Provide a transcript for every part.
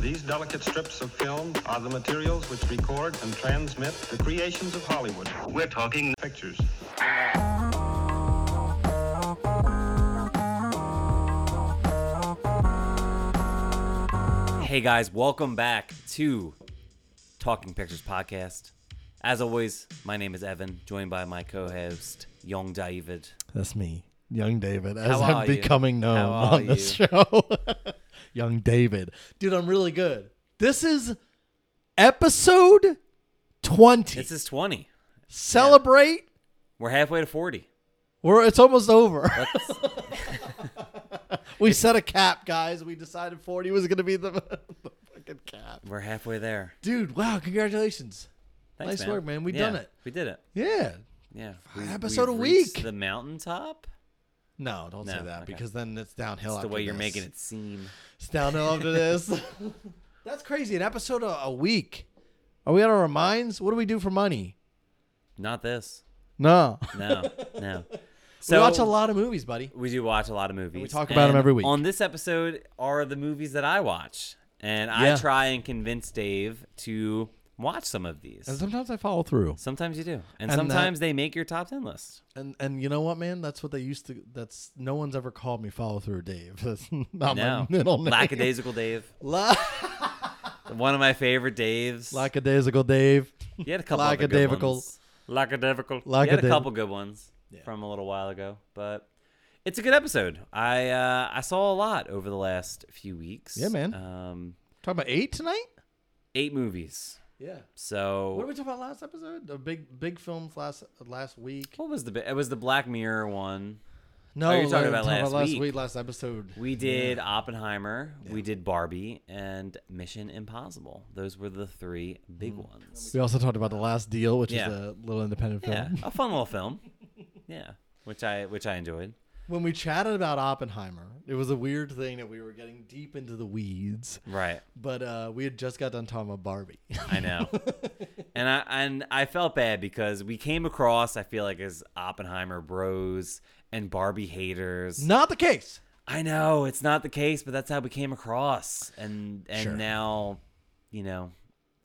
These delicate strips of film are the materials which record and transmit the creations of Hollywood. We're talking Pictures. Hey guys, welcome back to Talking Pictures Podcast. As always, my name is Evan, joined by my co-host Young David. That's me, Young David, as How are I'm you? becoming known How are on this show. Young David. Dude, I'm really good. This is episode 20. This is twenty. Celebrate. We're halfway to forty. We're, it's almost over. we set a cap, guys. We decided 40 was going to be the, the fucking cap. We're halfway there. Dude, wow, congratulations. Thanks, Nice work, man. We Yeah, done it. We did it. Yeah. Yeah. episode a reached week. The mountaintop. No, don't No, say that okay. because then it's downhill That's the after way you're this. making it seem. It's downhill after this. That's crazy. An episode a, a week. Are we on our minds? What do we do for money? Not this. No. No. No. we watch a lot of movies, buddy. We do watch a lot of movies. talk about 'em And every week. On this episode are the movies that I watch, and I Yeah. try and convince Dave to watch some of these. And sometimes I follow through. Sometimes you do, and, And that- sometimes they make your top ten list. And and you know what, man? That's what they used to. That's no one's ever called me follow through, Dave. That's not No, my middle name. lackadaisical Dave, La- one of my favorite Daves. lackadaisical Dave. you had a couple other good lackadaisical. ones. Lackadaisical. You had a Lackadaisical. couple good ones from a little while ago, but it's a good episode. I uh, I saw a lot over the last few weeks. Yeah, man. Um, Talking about eight tonight. eight movies. Yeah. So What did we talk about last episode? The big big films last last week. What was the? bi- It was the Black Mirror one. No, Oh, you're talking we're about last week. Last episode. We did Oppenheimer, we did Barbie, and Mission Impossible. Those were the three big ones. We also talked about the last deal, which Yeah. is a little independent film. Yeah, a fun little film. Yeah, which I which I enjoyed. when we chatted about Oppenheimer, it was a weird thing that we were getting deep into the weeds, Right, but uh, we had just got done talking about Barbie. I know. and I and I felt bad because we came across I feel like as Oppenheimer bros and Barbie haters. Not the case. I know it's not the case, but that's how we came across. And and Sure. now, you know,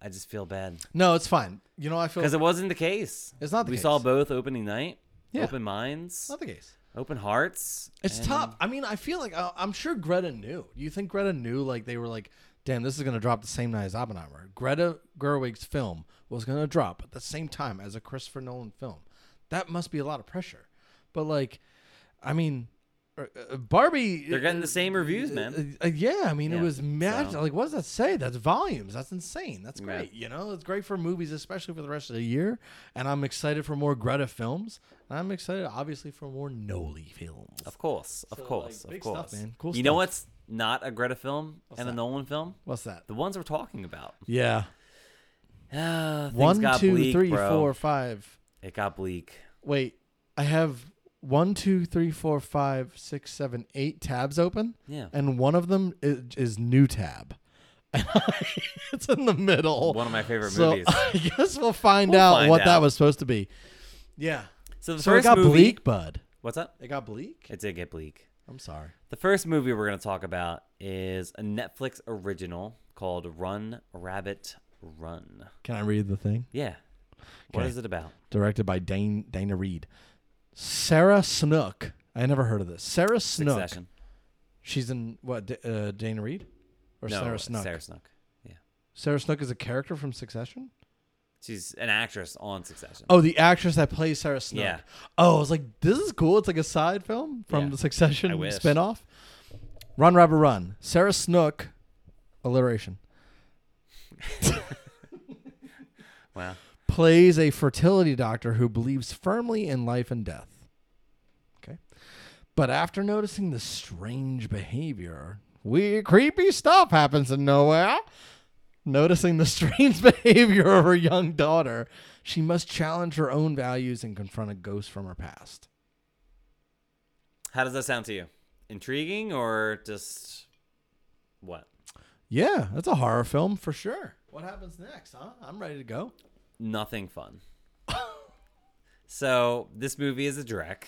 I just feel bad. No, it's fine. You know, I feel Because it wasn't the case. It's not the we case. saw both opening night, Yeah. open minds, not the case. open hearts. It's and- um, tough. I mean, I feel like I, I'm sure Greta knew. Do you think Greta knew? Like they were like, "Damn, this is gonna drop the same night as Oppenheimer." Greta Gerwig's film was gonna drop at the same time as a Christopher Nolan film. That must be a lot of pressure. But like, I mean, uh, uh, Barbie. They're getting the same reviews, man. Uh, uh, yeah, I mean, Yeah, it was mad. so- Like, what does that say? That's volumes. That's insane. That's Yeah. great. You know, it's great for movies, especially for the rest of the year. And I'm excited for more Greta films. And I'm excited, obviously, for more Noli films. Of course, of So, like, course, of big stuff, course. man. Cool you know stuff. what's not a Greta film and a that? Nolan film? What's that? The ones we're talking about. Yeah. Ah, things One, got two, bleak, three, four, five. bro. It got bleak. Wait, I have one, two, three, four, five, six, seven, eight tabs open. Yeah. And one of them is, is new tab. it's in the middle. One of my favorite so movies. I guess we'll find We'll out find what out. that was supposed to be. Yeah. So the So first it got movie. bleak, bud. What's up? It got bleak. It did get bleak. I'm sorry. The first movie we're going to talk about is a Netflix original called Run Rabbit Run. Can I read the thing? Yeah. What Okay. is it about? Directed by Dane Dana Reed. Sarah Snook. I never heard of this. Sarah Snook. Succession. She's in what? D- uh, Dana Reed or No, Sarah Snook? Sarah Snook. Yeah. Sarah Snook is a character from Succession. She's an actress on Succession. Oh, the actress that plays Sarah Snook. Yeah. Oh, I was like, this is cool. It's like a side film from Yeah. the Succession I wish. spinoff. Run, Rabbit, Run. Sarah Snook. Alliteration. Wow. plays a fertility doctor who believes firmly in life and death. Okay. But after noticing the strange behavior, weird, creepy stuff happens in nowhere. Noticing the strange behavior of her young daughter, she must challenge her own values and confront a ghost from her past. How does that sound to you? Intriguing or just what? Yeah, that's a horror film for sure. What happens next, huh? I'm ready to go. Nothing fun. so this movie is a dreck.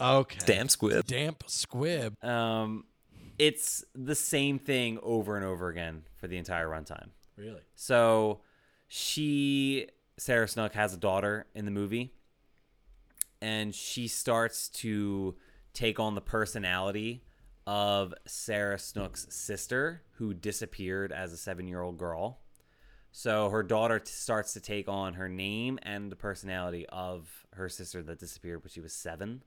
Okay. squib. Damp squib. Um, it's the same thing over and over again for the entire runtime. Really? So she, Sarah Snook, has a daughter in the movie, and she starts to take on the personality of Sarah Snook's sister, who disappeared as a seven year old girl. So her daughter t- starts to take on her name and the personality of her sister that disappeared when she was seven.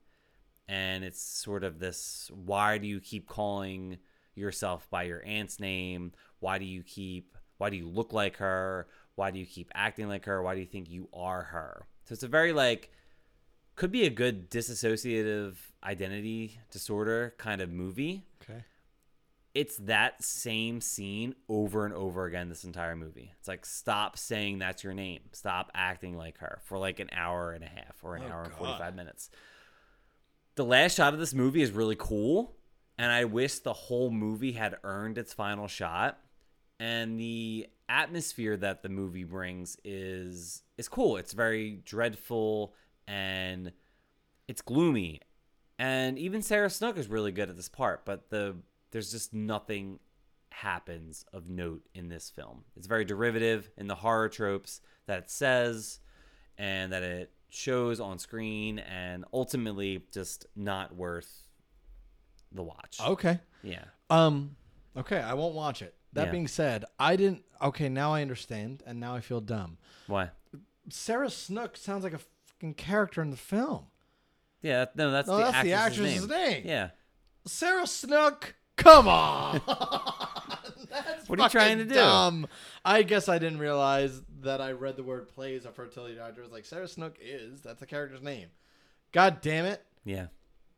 And it's sort of this why do you keep calling yourself by your aunt's name? Why do you keep, why do you look like her? Why do you keep acting like her? Why do you think you are her? So it's a very like, could be a good disassociative identity disorder kind of movie Okay. it's that same scene over and over again this entire movie. It's like stop saying that's your name. Stop acting like her for like an hour and a half or an Oh, hour and God. 45 minutes. The last shot of this movie is really cool and I wish the whole movie had earned its final shot and the atmosphere that the movie brings is is cool. It's very dreadful and it's gloomy and even Sarah Snook is really good at this part, but the there's just nothing happens of note in this film. It's very derivative in the horror tropes that it says and that it shows on screen and ultimately just not worth the watch. Okay. Yeah. Um. Okay, I won't watch it. That Yeah. being said, I didn't. Okay, now I understand, and now I feel dumb. Why? Sarah Snook sounds like a fucking character in the film. Yeah, that- no, that's, No, the, that's the actress's actress's name. name. Yeah. Sarah Snook, come on. That's What are you trying to fucking do? Dumb. I guess I didn't realize that I read the word plays a fertility doctor. I was like, Sarah Snook is that's the character's name. God damn it! Yeah.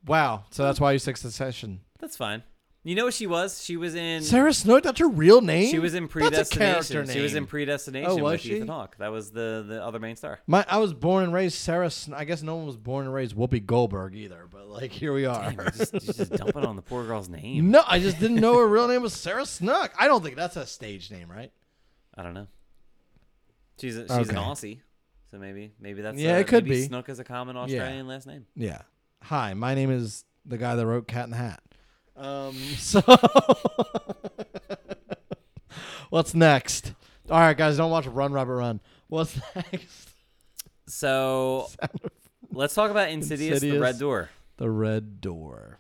Wow. So that's why you took Succession. That's fine. You know what she was? She was in Sarah Snook, that's your real name. She was in That's a Predestination. character name. She was in Predestination Oh, was with she? Ethan Hawke. That was the the other main star. My, I was born and raised Sarah. Sn- I guess no one was born and raised Whoopi Goldberg either. But like, here we are. Damn, you just, you just dump it on the poor girl's name. No, I just didn't know her real name was Sarah Snook. I don't think that's a stage name, right? I don't know. She's a, she's an Okay. Aussie, so maybe maybe that's Yeah, uh, it could maybe be. Snook is a common Australian last name. Yeah. Hi, my name is the guy that wrote Cat in the Hat. Um. So. What's next? All right, guys, don't watch Run Rabbit Run. What's next? So let's talk about Insidious, The Insidious. Red Door. The Red Door.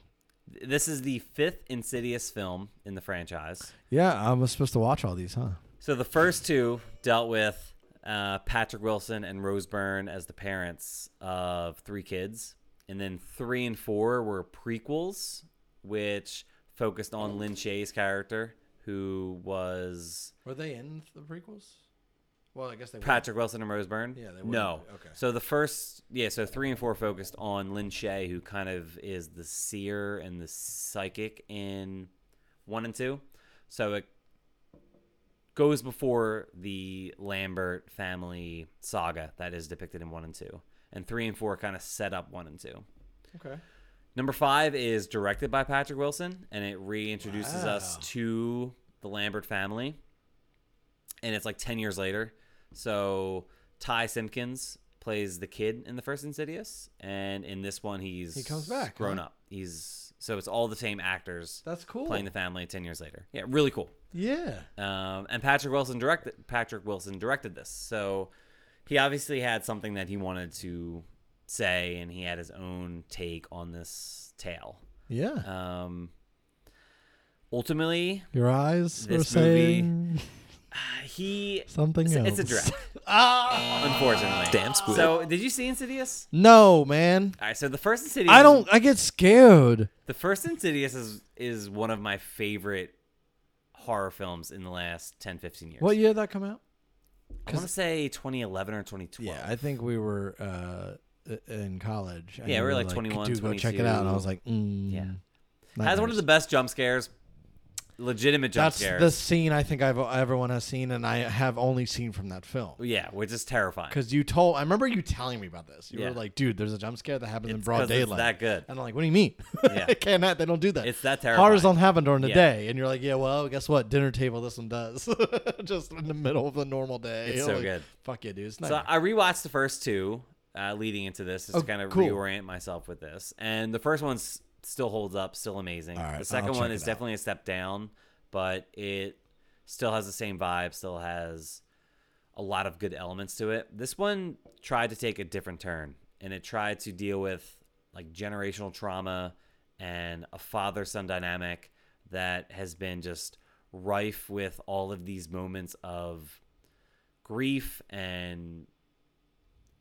This is the fifth Insidious film in the franchise. Yeah, I was supposed to watch all these, huh? So the first two dealt with uh, Patrick Wilson and Rose Byrne as the parents of three kids, and then three and four were prequels, which focused on Lin Shaye's character, who was Were they in the prequels? Well, I guess they Patrick Wilson and Rose Byrne. Yeah, they wouldn't no. be. Okay. So the first, yeah, so three and four focused on Lin Shay, who kind of is the seer and the psychic in one and two. So it goes before the Lambert family saga that is depicted in one and two, and three and four kind of set up one and two. Okay. Number five is directed by Patrick Wilson, and it reintroduces us Wow. to the Lambert family. And it's like 10 years later. So Ty Simpkins plays the kid in the first Insidious, and in this one, he's He comes back, grown huh? up. He's so it's all the same actors That's cool. playing the family 10 years later. Yeah, really cool. yeah. Um, and Patrick Wilson directed Patrick Wilson directed this, so he obviously had something that he wanted to say, and he had his own take on this tale. Yeah. Um, ultimately, Your eyes This were movie- saying he something it's, else. it's a draft, ah! unfortunately. Damn squid. So, did you see Insidious? No, man. All right, so the first Insidious, I don't. I get scared. The first Insidious is is one of my favorite horror films in the last 10, 15 years. What year did that come out? I want to say 2011 or 2012. Yeah, I think we were uh, i- in college. and Yeah, you we were like 21, "Dude, go check it out. And 22. I was like, mm, Yeah. Has one of the best jump scares. Legitimate jump That's scares. the scene I think I've everyone has seen, and I have only seen from that film. Yeah, which is terrifying. Because you told, I remember you telling me about this. You Yeah. were like, "Dude, there's a jump scare that happens in It's broad 'cause it's daylight." that good. And I'm like, "What do you mean? Yeah. It can't. ha- They don't do that. It's that Horrors terrifying. don't happen during the Yeah. day." And you're like, "Yeah, well, guess what? Dinner table, this one does. Just in the middle of the normal day. It's You're so like, good. Fuck yeah, dude. It's So not. I rewatched the first two uh, leading into this just Oh, to kind of cool. reorient myself with this. And the first one's still holds up, still amazing. All right, I'll the second check one it is out. definitely a step down, but it still has the same vibe, still has a lot of good elements to it. This one tried to take a different turn and it tried to deal with like generational trauma and a father son dynamic that has been just rife with all of these moments of grief and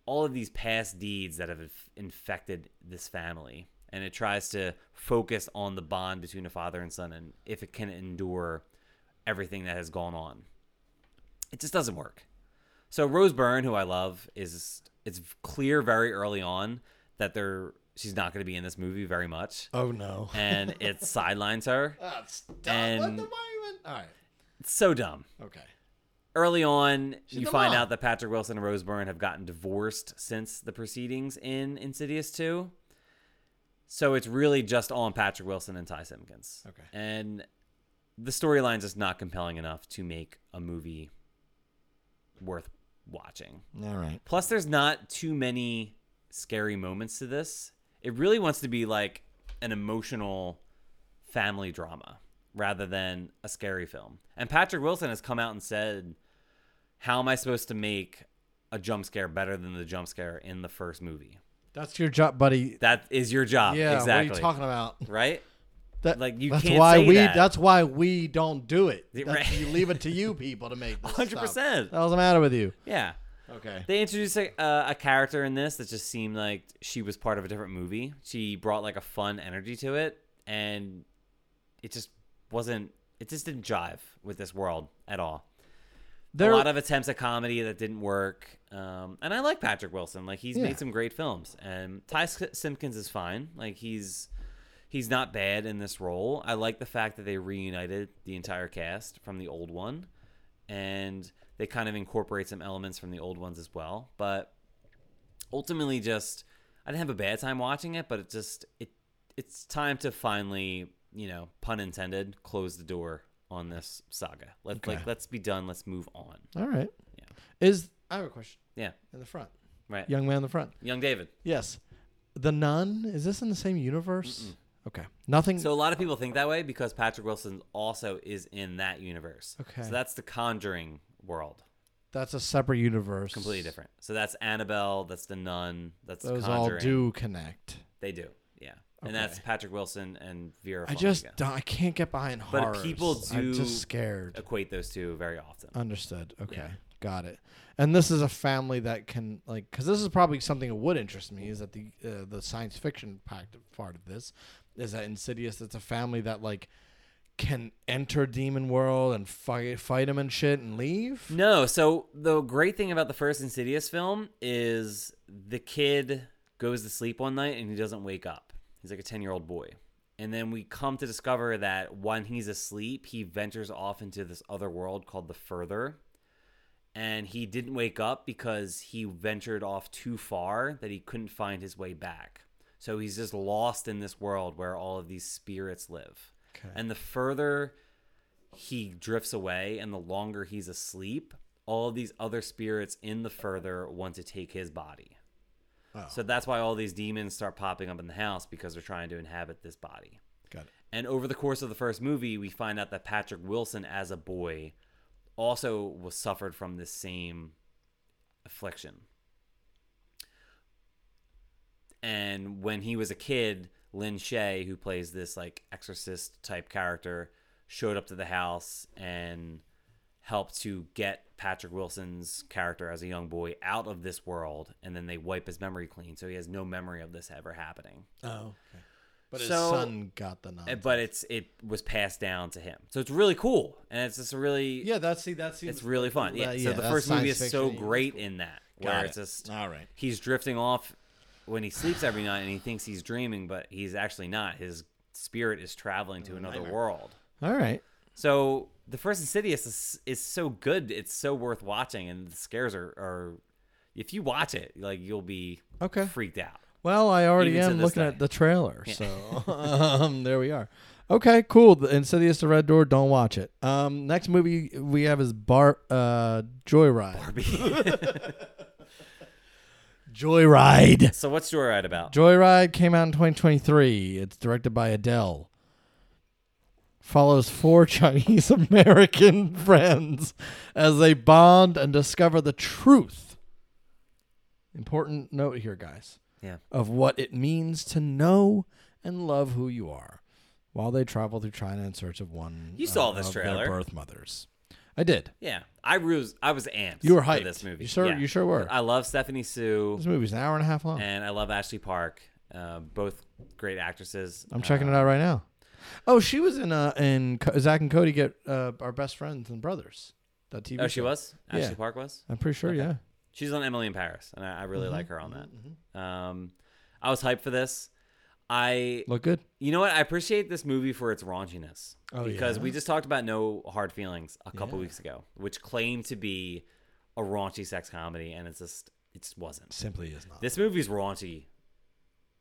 all of these past deeds that have inf- infected this family and it tries to focus on the bond between a father and son and if it can endure everything that has gone on it just doesn't work so rose byrne who i love is it's clear very early on that they're she's not going to be in this movie very much Oh no. Ah, and it sidelines her That's and- All right. it's so dumb Okay. early on, you the find mom. out that Patrick Wilson and Rose Byrne have gotten divorced since the proceedings in Insidious 2. So it's really just on Patrick Wilson and Ty Simpkins. Okay. And the storyline's just not compelling enough to make a movie worth watching. All right. Plus, there's not too many scary moments to this. It really wants to be like an emotional family drama rather than a scary film. And Patrick Wilson has come out and said, How am I supposed to make a jump scare better than the jump scare in the first movie? That's your job, buddy. That is your job. yeah. exactly. What are you talking about? right? That, Like, you that's can't why say we. that. That's why we don't do it. Yeah, That's- right. You leave it to you people to make. This stuff. 100%. That was the matter with you. Yeah. Okay. They introduced a, uh, a character in this that just seemed like she was part of a different movie. She brought like a fun energy to it, and it just wasn't. It just didn't jive with this world at all. There, a lot of attempts at comedy that didn't work. Um, and I like Patrick Wilson. Like he's Yeah. made some great films, and Ty S- Simpkins is fine. Like he's he's not bad in this role. I like the fact that they reunited the entire cast from the old one, and they kind of incorporate some elements from the old ones as well. But ultimately, just I didn't have a bad time watching it, but it just it it's time to finally you know pun intended close the door on this saga. Let's Okay. like let's be done. Let's move on. all right. Yeah. Is I have a question Yeah, in the front. right. Young, Young man in the front. David. Yes. The nun. Is this in the same universe? Okay. Nothing. So a lot of people think that way because Patrick Wilson also is in that universe. Okay. So that's the Conjuring world, that's a separate universe. completely different. So that's Annabelle. That's the Nun. That's Those the all Conjuring. do connect. They do. Yeah. And that's Okay. Patrick Wilson and Vera. I just Farmiga. don't, I can't get behind But horrors. people I'm do- just scared. equate those two very often. Understood. Okay, Yeah. got it. And this is a family that can like because this is probably something that would interest me is that the uh, the science fiction pact part of this is that Insidious. It's a family that like can enter demon world and fight fight him and shit and leave. No, so the great thing about the first Insidious film is the kid goes to sleep one night and he doesn't wake up. He's like a 10 year old boy. And then we come to discover that when he's asleep, he ventures off into this other world called the Further. And he didn't wake up because he ventured off too far that he couldn't find his way back. So he's just lost in this world where all of these spirits live. Okay. And the further he drifts away and the longer he's asleep all these other spirits in the further want to take his body Oh. so that's why all these demons start popping up in the house because they're trying to inhabit this body Got it. and over the course of the first movie we find out that patrick wilson as a boy also was suffered from this same affliction and when he was a kid, Lin Shay, who plays this like exorcist type character, showed up to the house and helped to get Patrick Wilson's character as a young boy out of this world, and then they wipe his memory clean, so he has no memory of this ever happening. Oh, but his So- son got the nun. And- eh, But it's it was passed down to him, so it's really cool, and it's just a really yeah, that's see that's it's really fun. Yeah. that- so yeah, the that's first movie science is so fiction-y. great in that, where Got it's it. just All right. He's drifting off when he sleeps every night, and he thinks he's dreaming, but he's actually not. His spirit is traveling Mm, to another world. All right. So the first Insidious is, is so good; it's so worth watching, and the scares are, are if you watch it, like you'll be Okay. freaked out. Well, I already Even to am this looking day. at the trailer, so um, there we are. Okay, cool. The Insidious: The Red Door. Don't watch it. Um, next movie we have is Bar uh, Joyride. Barbie. Joyride. So what's Joyride about? Joyride came out in 2023. It's directed by Adele. Follows four Chinese American friends as they bond and discover the truth. Important note here, guys, yeah. of what it means to know and love who you are while they travel through China in search of one You saw of- this of their trailer. birth mothers. I did. Yeah. I was I was amped You were for hyped. this movie. You sure- Yeah. you sure were. I love Stephanie Sue This movie's an hour and a half long. and I love Ashley Park. Uh, both great actresses. Uh, I'm checking it out right now. Uh, Oh, she was in uh in Co- Zach and Cody get uh, our best friends and brothers. That TV. Oh, she show. was? Ashley Yeah. Park was? I'm pretty sure. Yeah. She's on Emily in Paris, and I, I Mm-hmm. really like her on that. Um, I was hyped for this. I Look good. You know what? I appreciate this movie for its raunchiness. Oh, because yeah? we just talked about No Hard Feelings a couple Yeah. weeks ago, which claimed to be a raunchy sex comedy, and it's just it just wasn't. Simply is not. This movie's raunchy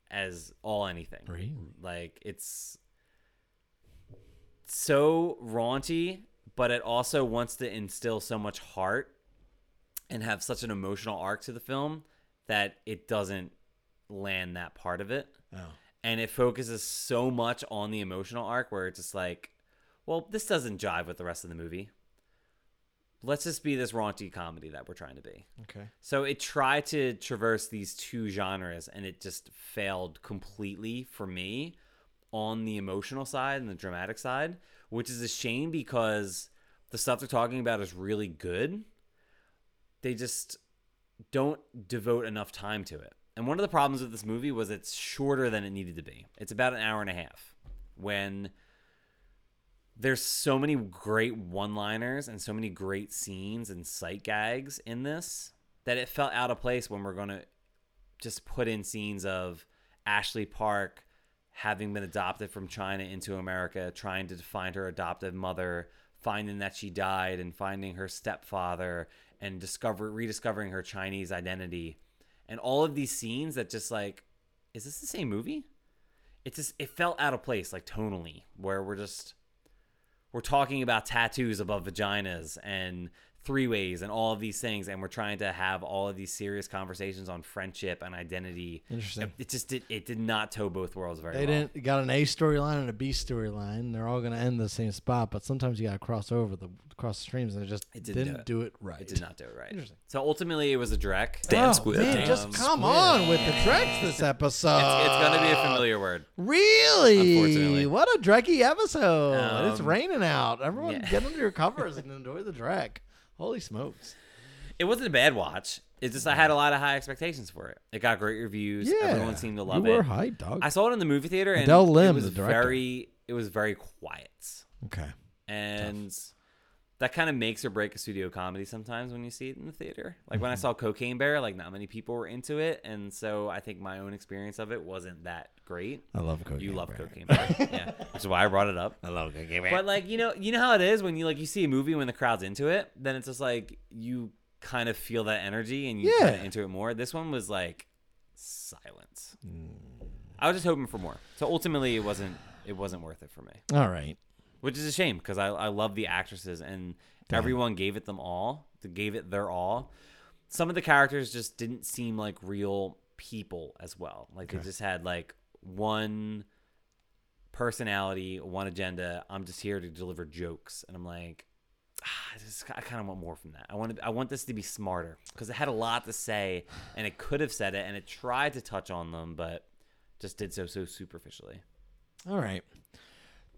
as all anything. Really? Like it's so raunchy, but it also wants to instill so much heart and have such an emotional arc to the film that it doesn't land that part of it Oh. and it focuses so much on the emotional arc where it's just like, well, this doesn't jive with the rest of the movie. Let's just be this raunchy comedy that we're trying to be. Okay. So it tried to traverse these two genres and it just failed completely for me on the emotional side and the dramatic side, which is a shame because the stuff they're talking about is really good. They just don't devote enough time to it. And one of the problems with this movie was it's shorter than it needed to be. It's about an hour and a half when there's so many great one-liners and so many great scenes and sight gags in this that it felt out of place when we're going to just put in scenes of Ashley Park having been adopted from China into America, trying to find her adoptive mother, finding that she died, and finding her stepfather, and discover rediscovering her Chinese identity, and all of these scenes that just like, is this the same movie? It just it felt out of place, like tonally, where we're just we're talking about tattoos above vaginas and three ways and all of these things and we're trying to have all of these serious conversations on friendship and identity Interesting. it just did it did not toe both worlds very They well. didn't got an A storyline and a B storyline. They're all gonna end the same spot, but sometimes you gotta cross over the cross the streams, and it just It didn't didn't, do it. do it right. It did not do it right. Interesting. So ultimately, it was a Drek. It's, Damn Oh, squid. man, Damn just come squid. on with the Drex this episode. it's going to be a familiar word. Really? Unfortunately. What a drecky episode. it's Um, raining out. Everyone yeah. get under your covers and enjoy the dreck. Holy smokes. It wasn't a bad watch. It's just I had a lot of high expectations for it. It got great reviews. Everyone seemed to love you it. were hyped, dog. I saw it in the movie theater, and Adele Lim, it was the director. very it was very quiet, okay. and that kind of makes or break a studio comedy sometimes when you see it in the theater. Like Mm-hmm. when I saw Cocaine Bear, like not many people were into it, and so I think my own experience of it wasn't that great. I love cocaine. You love cocaine, bear. yeah, which is why I brought it up. I love cocaine, bear. but like you know, you know how it is when you like you see a movie when the crowd's into it, then it's just like you kind of feel that energy and you Yeah. get into it more. This one was like silence. I was just hoping for more, so ultimately it wasn't it wasn't worth it for me, All right. which is a shame because I I love the actresses and everyone gave it them all, They gave it their all. Some of the characters just didn't seem like real people as well. Like they just had like one personality, one agenda. I'm just here to deliver jokes, and I'm like, ah, this, I kind of want more from that. I want to, I want this to be smarter because it had a lot to say, and it could have said it, and it tried to touch on them, but just did so so superficially. All right.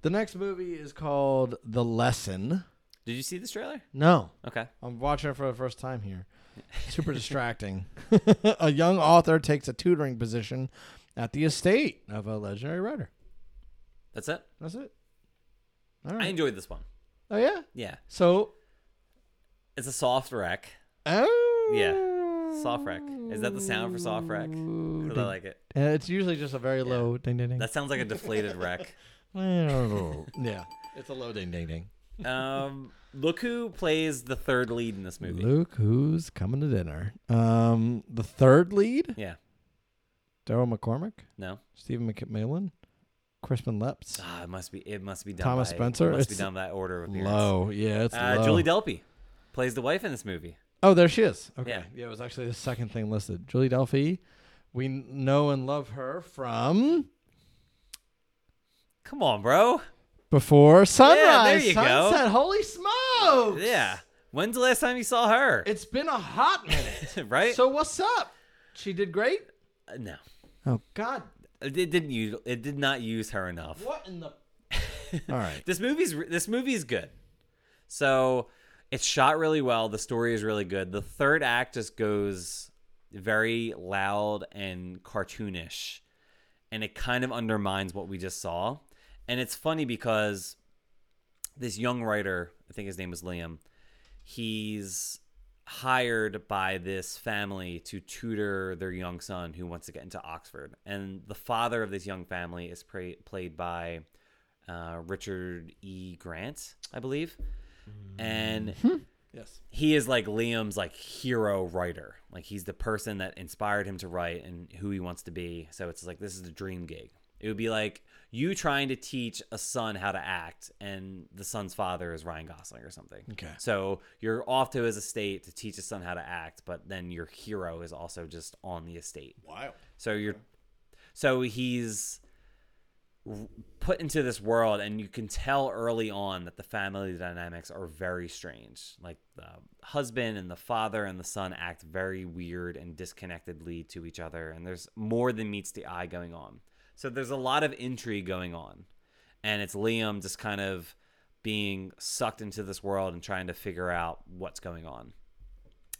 The next movie is called The Lesson. Did you see this trailer? No. Okay. I'm watching it for the first time here. Super distracting. a young author takes a tutoring position at the estate of a legendary writer. That's it. That's it. All I right. enjoyed this one. oh, yeah. Yeah. So It's a soft wreck. Oh. Yeah. Soft wreck. Is that the sound for soft wreck? 'Cause I like it. Uh, it's usually just a very low ding ding ding. That sounds like a deflated wreck. yeah. It's a low ding ding ding. Um, look who plays the third lead in this movie. Luke, who's coming to dinner? Um, the third lead, Yeah. Daryl McCormick, No. Stephen McMillan, Crispin Leps. Ah, it must be. It must be done. Thomas by, Spencer? It must be It's done by order of appearance. Low, yeah, it's Uh, low. Julie Delpy plays the wife in this movie. Oh, there she is. Okay. Yeah. Yeah, it was actually the second thing listed. Julie Delphi. We n- know and love her from Come on, bro. Before Sunrise. you go. Sunset. Holy smokes. Yeah. When's the last time you saw her? It's been a hot minute. right? so what's up? She did great? Uh, no. Oh god. It did- didn't use it did not use her enough. What in the All right. This movie's re- this movie's good. So it's shot really well. The story is really good. The third act just goes very loud and cartoonish, and it kind of undermines what we just saw. And it's funny because this young writer, I think his name was Liam, he's hired by this family to tutor their young son who wants to get into Oxford. And the father of this young family is pra- played by uh, Richard E. Grant, I believe. And Yes. he is like Liam's like hero writer. Like he's the person that inspired him to write and who he wants to be. So it's like this is the dream gig. It would be like you trying to teach a son how to act and the son's father is Ryan Gosling or something. Okay. So you're off to his estate to teach his son how to act, but then your hero is also just on the estate. Wow. So you're, so he's r- put into this world, and you can tell early on that the family dynamics are very strange. Like the husband and the father and the son act very weird and disconnectedly to each other, and there's more than meets the eye going on. So there's a lot of intrigue going on, and it's Liam just kind of being sucked into this world and trying to figure out what's going on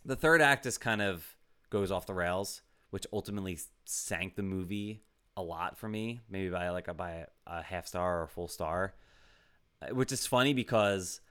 the third act just kind of goes off the rails, which ultimately sank the movie a lot for me, maybe by like a, by a half star or a full star, Uh, which is funny because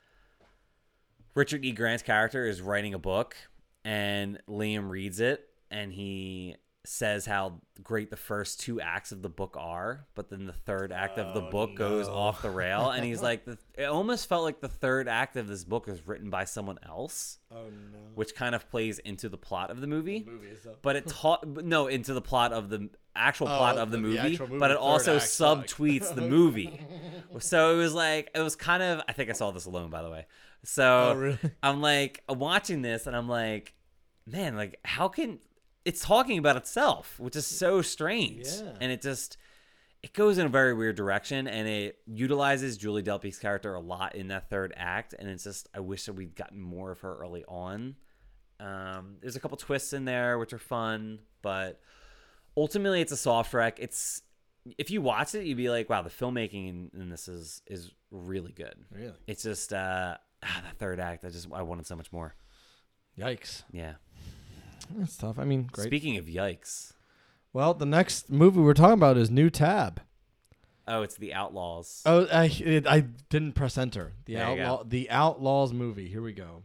Richard E. Grant's character is writing a book and Liam reads it and he says how great the first two acts of the book are, but then the third act of the book goes off the rail and he's like the, it almost felt like the third act of this book is written by someone else Oh no. which kind of plays into the plot of the movie. Movie is up. But it taught no into the plot of the actual plot of the, Oh, the movie, actual movie, but it third also act, like- subtweets the movie. So it was like it was kind of I think I saw this alone by the way. So Oh, really? I'm like watching this and I'm like, man, like how can it's talking about itself, which is so strange. Yeah. And it just it goes in a very weird direction and it utilizes Julie Delpy's character a lot in that third act and it's just I wish that we'd gotten more of her early on. Um, there's a couple twists in there which are fun, but ultimately it's a soft wreck. It's if you watch it, you'd be like, wow, the filmmaking in, in this is is really good. Really? It's just uh ah, that third act. I just I wanted so much more. Yikes. Yeah. That's tough. I mean, great. Speaking of yikes, well, the next movie we're talking about is New Tab. oh, it's the Outlaws. Oh, I it, I didn't press enter. The There you go. outlaw, the Outlaws movie. Here we go.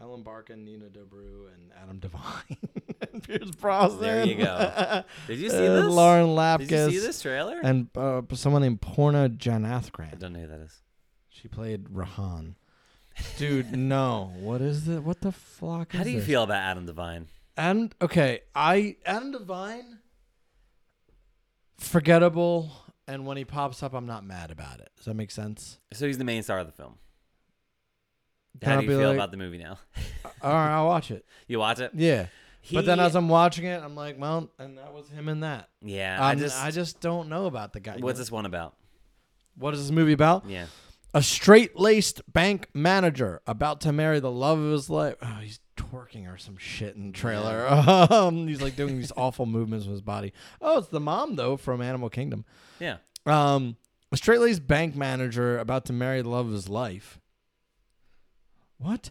Ellen Barkin, Nina Dobrew, and Adam Devine, and Pierce Brosnan. There you go. Did you see and this? Uh, Lauren Did you see Lapkus, this trailer? and uh, someone named Porna I Janathgrant. don't know who that is. She played Rahan. Dude, no. What is the what the flock? How is do you this? feel about Adam Devine? And okay, I Adam Devine, forgettable, and when he pops up, I'm not mad about it. Does that make sense? So he's the main star of the film. Then How I'll do you be feel like, about the movie now? All right, I'll watch it. You watch it? Yeah, but then He- as I'm watching it, I'm like, well, and that was him in that. yeah, I I just, just I just don't know about the guy. what's this one about? What is this movie about? Yeah, A straight-laced bank manager about to marry the love of his life. Oh, he's twerking or some shit in the trailer. Um, he's like doing these awful movements with his body. Oh, it's the mom though from Animal Kingdom. yeah. Um, a straight laced bank manager about to marry the love of his life. What?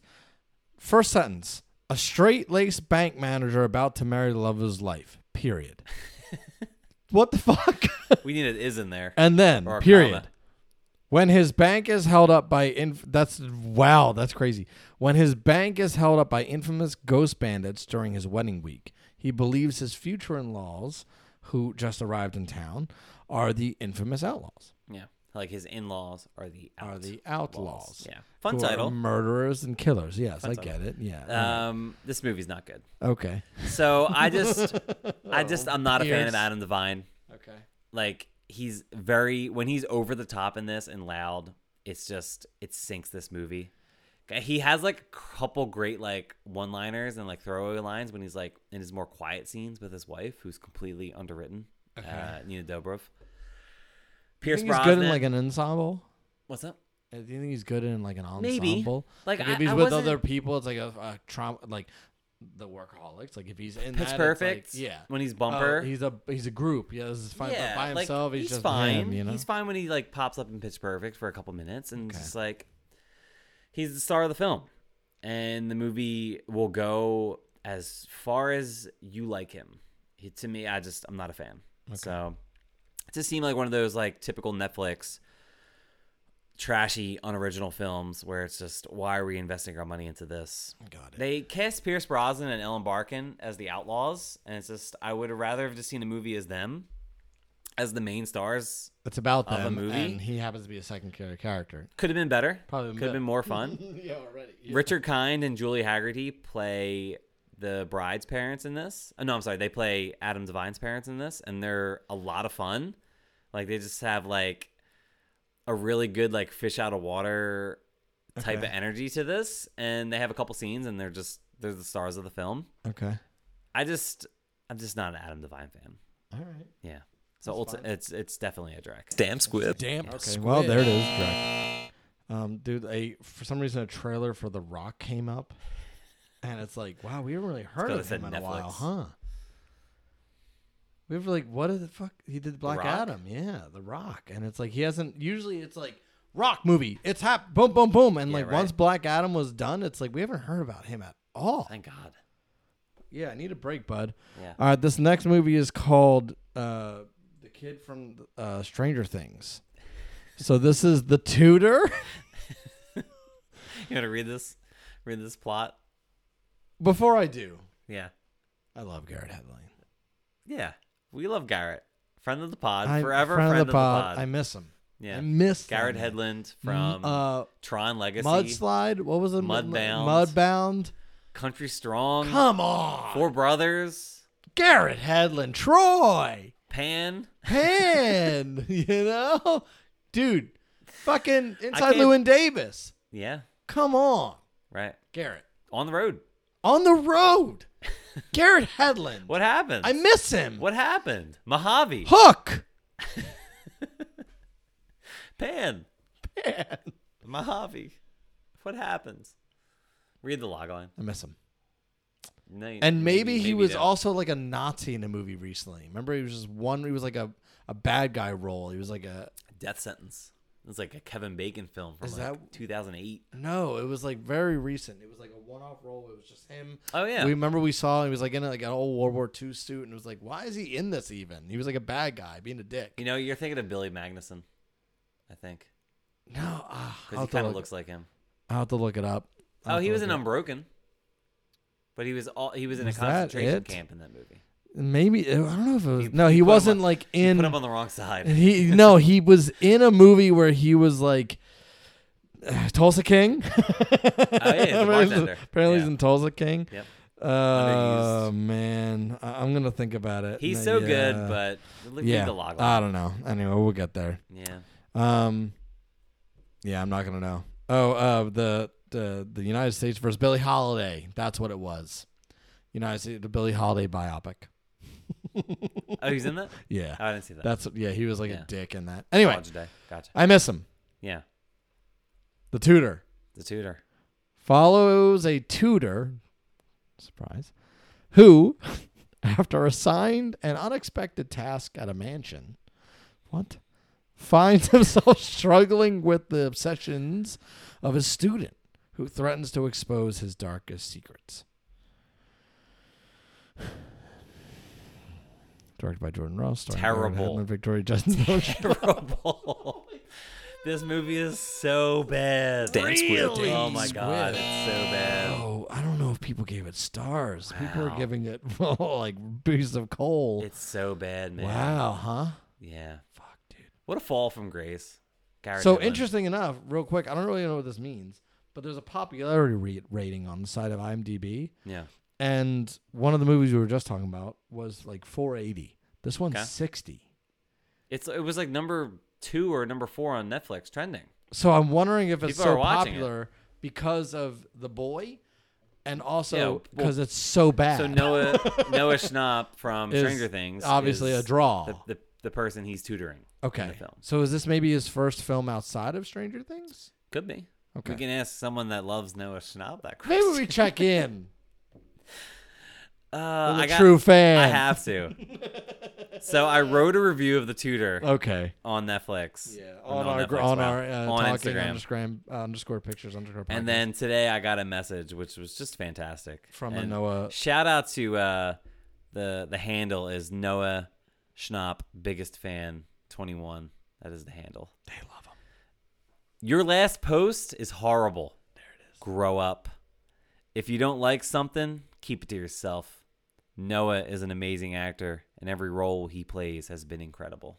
First sentence. A straight laced bank manager about to marry the love of his life. Period. what the fuck? We need an is in there. and then, Or a period. comma. When his bank is held up by inf- that's wow, that's crazy. When his bank is held up by infamous ghost bandits during his wedding week, he believes his future-in-laws, who just arrived in town, are the infamous outlaws. Yeah, like his in-laws are the Are outlaws. the outlaws? Yeah, fun who are title. murderers and killers. Yes, I title. get it. Yeah. Um, this movie's not good. okay. So I just, I just, I'm not a fan Pierce. of Adam Devine. Okay. Like he's very when he's over the top in this and loud, it's just it sinks this movie. He has like a couple great like one-liners and like throwaway lines when he's like in his more quiet scenes with his wife, who's completely underwritten. Uh, Nina Dobrev. You Pierce think he's good Brosnan. in like an ensemble? What's up? Uh, Do you think he's good in like an ensemble? Maybe. Like, if I- he's I with wasn't- other people, it's like a, a trauma. Like the workaholics. Like if he's Pitch in that, it's like- Perfect. yeah. When he's Oh, Bumper. he's a he's a group. Yeah, this is fine. but by like, himself, he's, just fine. Him, you know. He's fine when he like pops up in Pitch Perfect for a couple minutes and it's just like he's the star of the film. And the movie will go as far as you like him. He, to me, I just I'm not a fan. So it just seemed like one of those like typical Netflix trashy, unoriginal films where it's just why are we investing our money into this? Got it. They cast Pierce Brosnan and Ellen Barkin as the outlaws, and it's just I would have rather have just seen a movie as them, as the main stars. It's about of a them, movie? and he happens to be a second char- character. Could have been better. Probably could have better. been more fun. yeah, already. Richard Kind and Julie Haggerty play the bride's parents in this. Oh, no, I'm sorry, they play Adam Devine's parents in this, and they're a lot of fun. Like they just have like a really good like fish out of water type of energy to this, and they have a couple scenes, and they're just they're the stars of the film. Okay. I just I'm just not an Adam Devine fan. All right. Yeah. So ulti- it's it's definitely a drag. Damn squib. Damn. Okay. Well, there it is. Correct. Um, dude, a for some reason a trailer for The Rock came up, and it's like, wow, we haven't really heard gotta of said him in a while, Netflix. huh? We've like, what the fuck? He did Black Rock? Adam, yeah, The Rock, and it's like he hasn't. Usually, it's like Rock movie. It's hap, boom, boom, boom, and Yeah, like right. once Black Adam was done, it's like we haven't heard about him at all. Thank God. Yeah, I need a break, bud. Yeah. All right, this next movie is called uh, The Kid from uh, Stranger Things. So this is The Tutor. You want to read this? Read this plot? Before I do, Yeah. I love Garrett Hedlund. Yeah. We love Garrett. Friend of the pod. I'm forever friend, of the pod. I miss him. yeah. I miss Garrett him. Headland from Uh, Tron Legacy. Mudslide. What was it? Mudbound. Mudbound. Country Strong. Come on, Four Brothers. Garrett Hedlund, Troy, Pan. Pan. you know, dude, fucking inside can't- Lewin Davis. Yeah. Come on, Right. Garrett. On the road. on the road. Garrett Hedlund. What happened? I miss him. what happened? Mojave. Hook. Pan. Mojave. What happens? Read the log line. I miss him. No, you- And maybe, he you was don't. also like a Nazi in a movie recently. Remember, he was just one. He was like a, a bad guy role. He was like a Death Sentence. It's like a Kevin Bacon film from Is like that- 2008. no. It was like very recent. It was like a one off role. It was just him. Oh yeah, We remember we saw he was like in like an old World War II suit, and it was like, why is he in this even? He was like a bad guy being a dick. you know you're thinking of Billy Magnuson, I think, No, ah, I'll because he have to kind of look- looks like him. I'll have to look it up. Oh, I'll have he to was look in it up. Unbroken, but he was all he was in Was a that concentration it? camp in that movie. Maybe I don't know if it was. You- no, you he put him wasn't on- like You in. put him on the wrong side. He no, he was in a movie where he was like Tulsa King. oh yeah, he's a bartender. Apparently, he's Yeah. in Tulsa King. Yep. Oh man, I- I'm gonna think about it. He's No, so yeah. good, but l- read yeah, Uh, the log I line. don't know. Anyway, we'll get there. yeah, Um, yeah, I'm not gonna know. Oh, uh, the the the United States versus Billie Holiday. That's what it was. United States, the Billie Holiday biopic. oh he's in that. Yeah, Oh, I didn't see that. that's yeah. He was like Yeah. a dick in that. Anyway, College Day. Gotcha. I miss him. Yeah, The tutor. the tutor. follows a tutor, surprise, who, after assigned an unexpected task at a mansion, what? Finds himself struggling with the obsessions of his student, who threatens to expose his darkest secrets. Directed by Jordan Ross, starring Garrett Terrible. Hedlund, Victoria Justice. terrible. this movie is so bad. Dance Really? Oh my god, Squid. it's so bad. Oh, I don't know if people gave it stars. People are Wow. giving it oh, like pieces of coal. It's so bad, man. Wow, huh? Yeah. Fuck, dude. What a fall from grace. Garrett So Hedlund. interesting enough, real quick, I don't really know what this means, but there's a popularity re- rating on the side of IMDb, Yeah. and one of the movies we were just talking about was like 480. This one's Okay. 60. It's it was like number two or number four on Netflix trending. So I'm wondering if it's People so are watching it. popular because of the boy, and also Yeah, well- because it's so bad. So Noah Noah Schnapp from Is Stranger Things, obviously is a draw. The, the the person he's tutoring. okay. the film. So is this maybe his first film outside of Stranger Things? Could be. Okay. We can ask someone that loves Noah Schnapp that question. Maybe we check in. Uh, with a I got, true fan. I have to. so I wrote a review of the tutor Okay. on Netflix. Yeah. Or On not our gr- Netflix, on wow, our uh, on talking Instagram. underscore uh, underscore pictures underscore. Podcast. And then today I got a message which was just fantastic From a And Noah- Shout out to uh, the the handle is Noah Schnapp biggest fan 21. That is the handle. they love him. Your last post is horrible. There it is. Grow up. If you don't like something, keep it to yourself. Noah is an amazing actor, and every role he plays has been incredible.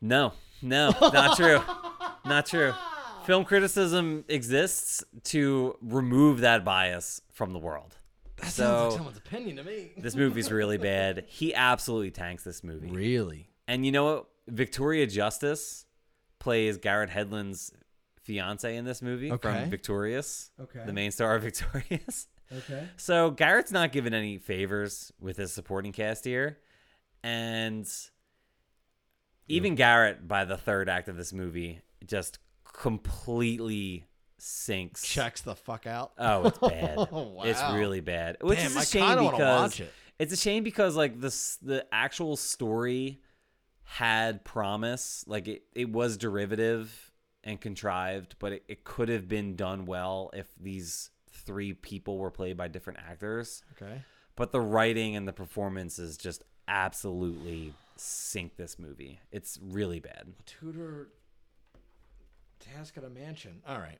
No, no, not true. Not true. Film criticism exists to remove that bias from the world. That sounds like So someone's opinion to me. this movie's really bad. He absolutely tanks this movie. Really? And you know what? Victoria Justice plays Garrett Hedlund's fiance in this movie Okay. from Victorious. Okay. The main star of Victorious. Okay. so Garrett's not given any favors with his supporting cast here. And even Garrett, by the third act of this movie, just completely sinks. Checks the fuck out. Oh, it's bad. Wow. It's really bad. Which Damn, is a I shame kinda wanna because watch it. it's a shame because like this the actual story had promise. Like it, it was derivative and contrived, but it, it could have been done well if these three people were played by different actors. Okay. But the writing and the performances just absolutely sink this movie. It's really bad. Tudor task at a mansion. All right.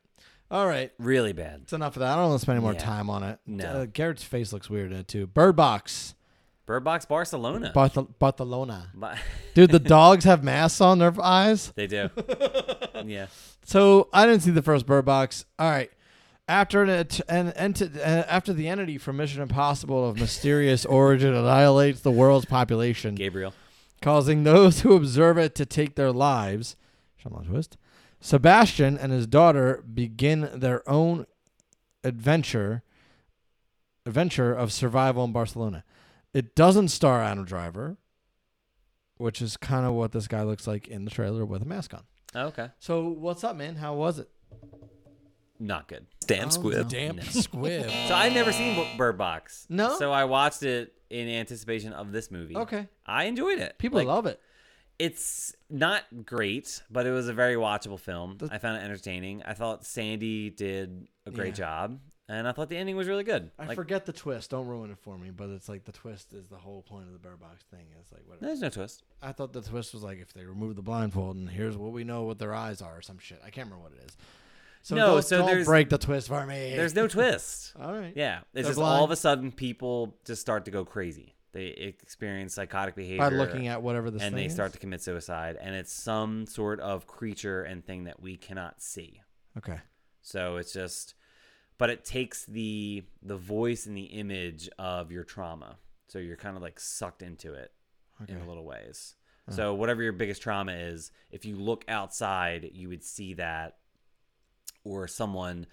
All right. Really bad. It's enough of that. I don't want to spend any more Yeah. time on it. No. Uh, Garrett's face looks weird in it too. Bird Box. Bird Box Barcelona. Barth- Barcelona. Ba- Dude, the dogs have masks on their eyes. they do. yeah. So I didn't see the first Bird Box. All right. After an, at- an enti- uh, after the entity from Mission Impossible of mysterious origin annihilates the world's population, Gabriel. causing those who observe it to take their lives. Shyamalan twist. Sebastian and his daughter begin their own adventure adventure of survival in Barcelona. It doesn't star Adam Driver, which is kind of what this guy looks like in the trailer with a mask on. Oh, okay. So what's up, man? How was it? Not good. Damn Oh, squib. Oh, No. squib. So I've never seen B- Bird Box. No? So I watched it in anticipation of this movie. Okay. I enjoyed it. People Like, love it. It's not great, but it was a very watchable film. The- I found it entertaining. I thought Sandy did a great Yeah. job, and I thought the ending was really good. I Like, forget the twist. Don't ruin it for me. But it's like the twist is the whole point of the bear box thing. It's like whatever. There's no twist. I thought the twist was like if they remove the blindfold and here's what we know what their eyes are or some shit. I can't remember what it is. So No, don't, so don't there's- break the twist for me. There's no twist. all right. Yeah, it's They're just all of blind. a sudden people just start to go crazy. They experience psychotic behavior By looking at whatever this and thing they is. start to commit suicide, and it's some sort of creature and thing that we cannot see. okay. So it's just, but it takes the the voice and the image of your trauma. So you're kind of like sucked into it in Okay. a little ways. So whatever your biggest trauma is, if you look outside, you would see that, or someone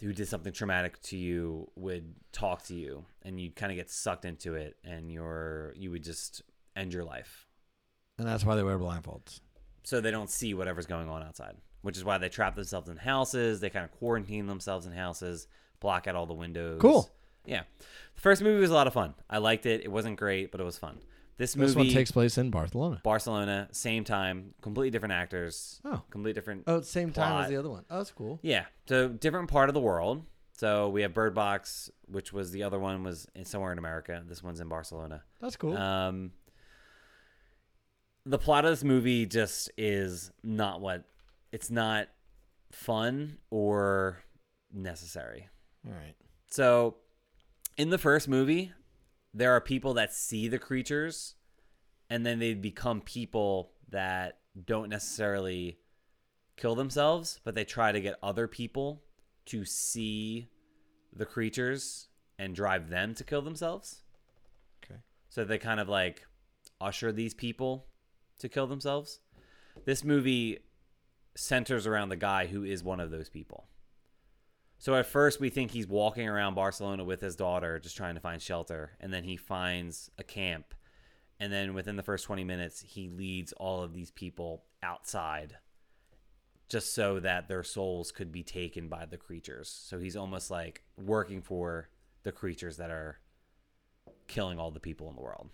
who did something traumatic to you would talk to you, and you'd kind of get sucked into it, and you're you would just end your life. And that's why they wear blindfolds. so they don't see whatever's going on outside, which is why they trap themselves in houses. They kind of quarantine themselves in houses, block out all the windows. Cool. Yeah. The first movie was a lot of fun. I liked it. It wasn't great, but it was fun. This movie This one takes place in Barcelona. Barcelona, same time, completely different actors. Oh. Completely different. Oh, it's same time as Plot. the other one. Oh, that's cool. Yeah. So different part of the world. So we have Bird Box, which was the other one was in somewhere in America. This one's in Barcelona. That's cool. Um, the plot of this movie just is not what it's not fun or necessary. all right. So, in the first movie, there are people that see the creatures, and then they become people that don't necessarily kill themselves, but they try to get other people to see the creatures and drive them to kill themselves. Okay. So they kind of like usher these people to kill themselves. This movie centers around the guy who is one of those people. So at first we think he's walking around Barcelona with his daughter just trying to find shelter and then he finds a camp and then within the first 20 minutes he leads all of these people outside just so that their souls could be taken by the creatures. So he's almost like working for the creatures that are killing all the people in the world.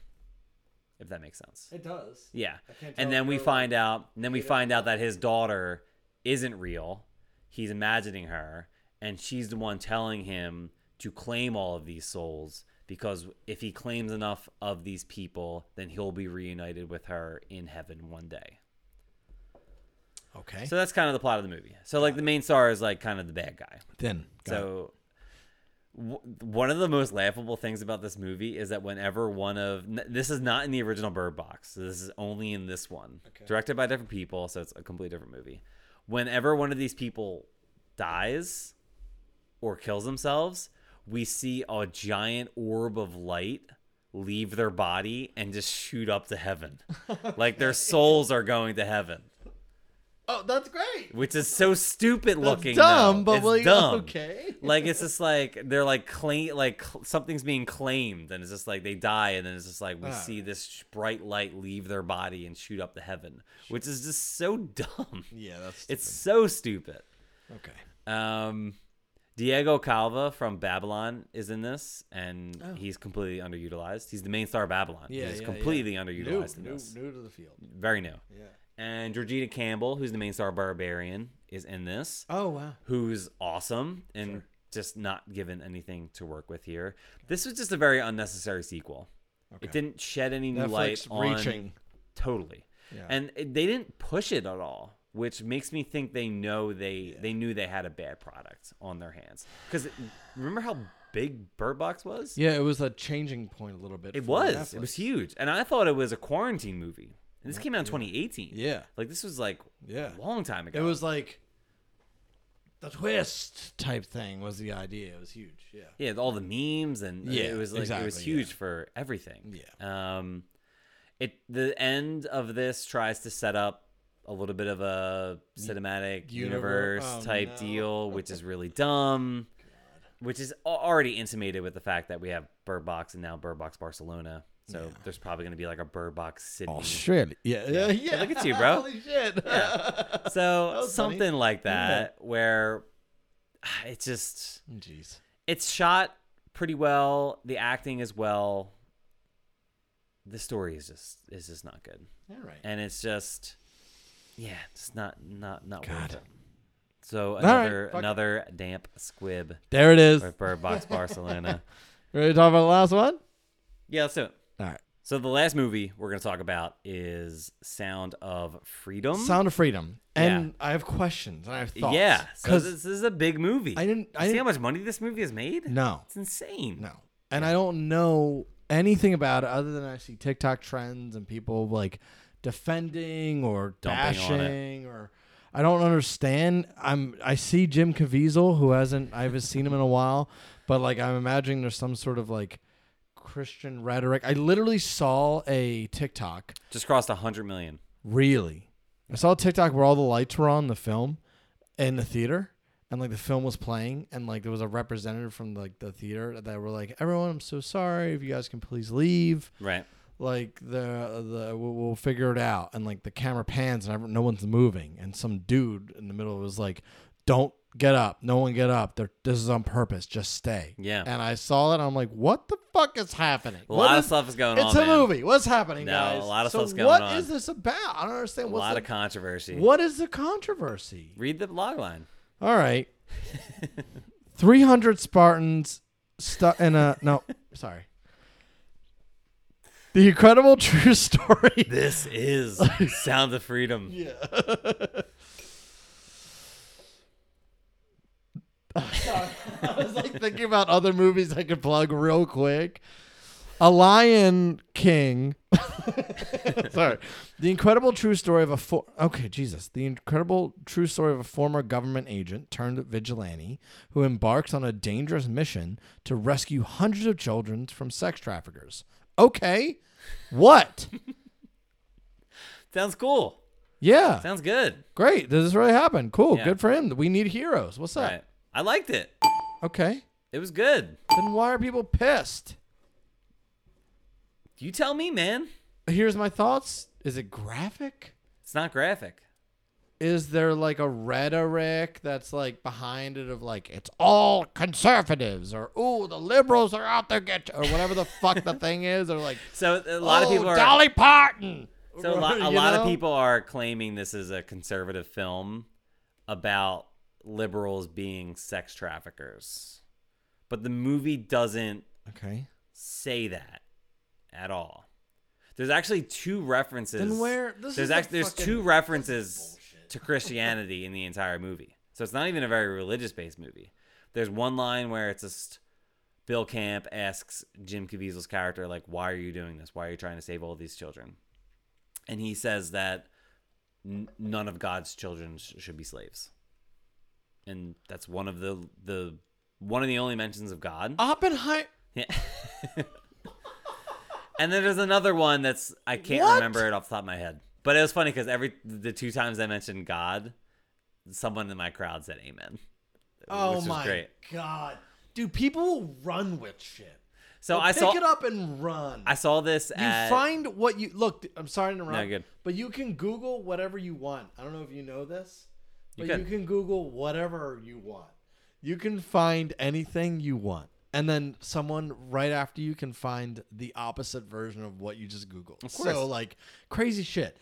If that makes sense. It does. Yeah. can't tell And then if we you're, find out, and then we find out that his daughter isn't real. He's imagining her, and she's the one telling him to claim all of these souls because if he claims enough of these people, then he'll be reunited with her in heaven one day. Okay. So that's kind of the plot of the movie. So like the main star is like kind of the bad guy. then got it. So w- one of the most laughable things about this movie is that whenever one of n- this is not in the original Bird Box, so this is only in this one, directed by different people, so it's a completely different movie. Whenever one of these people dies or kills themselves, we see a giant orb of light leave their body and just shoot up to heaven. Like their souls are going to heaven, Oh, that's great. which is so stupid looking. dumb, though. but It's like, dumb Okay. like it's just like they're like claim like cl- something's being claimed and it's just like they die and then it's just Ah. like we see this sh- bright light leave their body and shoot up to heaven which is just so dumb Yeah, that's it's so stupid okay. um diego calva from babylon is in this and he's completely underutilized he's the main star of babylon Oh. Yeah, he's yeah, completely New, underutilized in new, this new to the field. very new Yeah. and georgina campbell who's the main star of barbarian is in this Oh wow. who's awesome and just not given anything to work with here. This was just a very unnecessary sequel. It didn't shed any new light Netflix on reaching. totally, Yeah. and it, they didn't push it at all, which makes me think they know they they knew they had a bad product on their hands. Because remember how big Bird Box was? Yeah, it was a changing point a little bit. It for was. Netflix. It was huge, and I thought it was a quarantine movie. And this came out in 2018. Yeah. like this was like Yeah. a long time ago. It was like The twist. type thing was the idea. It was huge. Yeah. yeah all the memes and uh, Yeah, it was like it was exactly, huge yeah. for everything yeah um it the end of this tries to set up a little bit of a cinematic univer- universe oh, type no. deal which is really dumb which is al- already intimated with the fact that we have Bird Box and now Bird Box Barcelona so there's probably going to be like a Bird Box Sydney Oh, Australia. Yeah. Yeah. yeah. look at you bro Holy shit. so was funny. something like that where ah, it just Jeez. it's shot pretty well. The acting is well. The story is just is just not good, All right. and it's just yeah, it's not not not God. worth it. So right, another fuck it. another damp squib There it is. for Bird Box Barcelona. Ready to talk about the last one? Yeah, let's do it. All right. So the last movie we're gonna talk about is Sound of Freedom. Sound of Freedom. Yeah. And I have questions and I have thoughts. yeah, so Because this is a big movie. I didn't. I see how didn't. much money this movie has made. No. it's insane. No. And I don't know anything about it other than I see TikTok trends and people like defending or Dumping on it. bashing or I don't understand. I'm I see Jim Caviezel who hasn't I haven't seen him in a while, but like I'm imagining there's some sort of like Christian rhetoric. I literally saw a TikTok just crossed a hundred million. Really? I saw a TikTok where all the lights were on the film in the theater and like the film was playing and like there was a representative from like the theater that were like everyone I'm so sorry if you guys can please leave Right. like the the we'll, we'll figure it out and like the camera pans and everyone, no one's moving and some dude in the middle was like don't get up no one get up They're, this is on purpose just stay Yeah. and I saw that and I'm like what the fuck is happening A What lot of is- stuff is going on. it's a man. movie. What's happening, No, guys? a lot of so stuff's going What on. is this about? I don't understand. A What's lot the, of controversy. what is the controversy? Read the log line. All right, three hundred Spartans stuck in a no. Sorry, the incredible true story. This is Sound of Freedom. Yeah. I was like thinking about other movies I could plug real quick. A Lion King. Sorry. The incredible true story of a for- okay, Jesus. The incredible true story of a former government agent turned vigilante who embarks on a dangerous mission to rescue hundreds of children from sex traffickers. Okay. What? Sounds cool. Yeah. Sounds good. Great. This has really happened. Cool. Yeah. Good for him. We need heroes. What's up? Right. I liked it. Okay. It was good. Then why are people pissed? You tell me, man. Here's my thoughts. Is it graphic? It's not graphic. Is there like a rhetoric that's like behind it of like it's all conservatives or ooh the liberals are out there get you," or whatever the fuck the thing is or like So a lot "Oh, of people are Dolly Parton. so a lot, a you lot of know? people are claiming this is a conservative film about liberals being sex traffickers. But the movie doesn't Okay. say that at all. There's actually two references. Then where- this there's is a actually there's fucking- two references to Christianity in the entire movie. So it's not even a very religious based movie. There's one line where it's just Bill Camp asks Jim Caviezel's character like, "Why are you doing this? Why are you trying to save all these children?" And he says that n- none of God's children sh- should be slaves. And that's one of the the one of the only mentions of God. Oppenheimer. Yeah. and then there's another one that's I can't What? remember it off the top of my head. But it was funny because every the two times I mentioned God, someone in my crowd said Amen. Oh was my great. god, dude! People will run with shit. So They'll I pick saw it up and run. I saw this you at find what you look. th- I'm sorry to interrupt. No, good. But you can Google whatever you want. I don't know if you know this, You but could. you can Google whatever you want. You can find anything you want. And then someone right after you can find the opposite version of what you just Googled. course. So, like, crazy shit.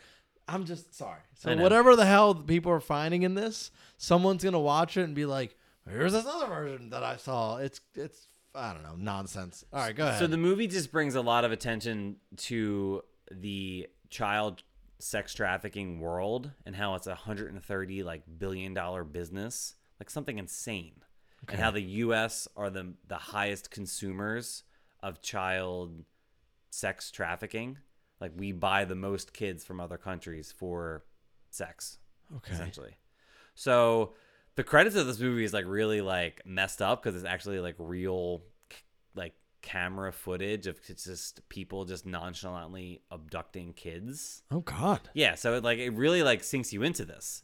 I'm just sorry. I So, know. whatever the hell the people are finding in this, someone's going to watch it and be like, here's this other version that I saw. It's, it's, I don't know, nonsense. All right, go ahead. So the movie just brings a lot of attention to the child sex trafficking world and how it's a 130 like billion dollar business, like something insane. And how the US are the the highest consumers of child sex trafficking. Like we buy the most kids from other countries for sex okay. essentially. So the credits of this movie is like really like messed up because it's actually like real c- like camera footage of it's just people just nonchalantly abducting kids. Oh, God. Yeah, so it like it really like sinks you into this.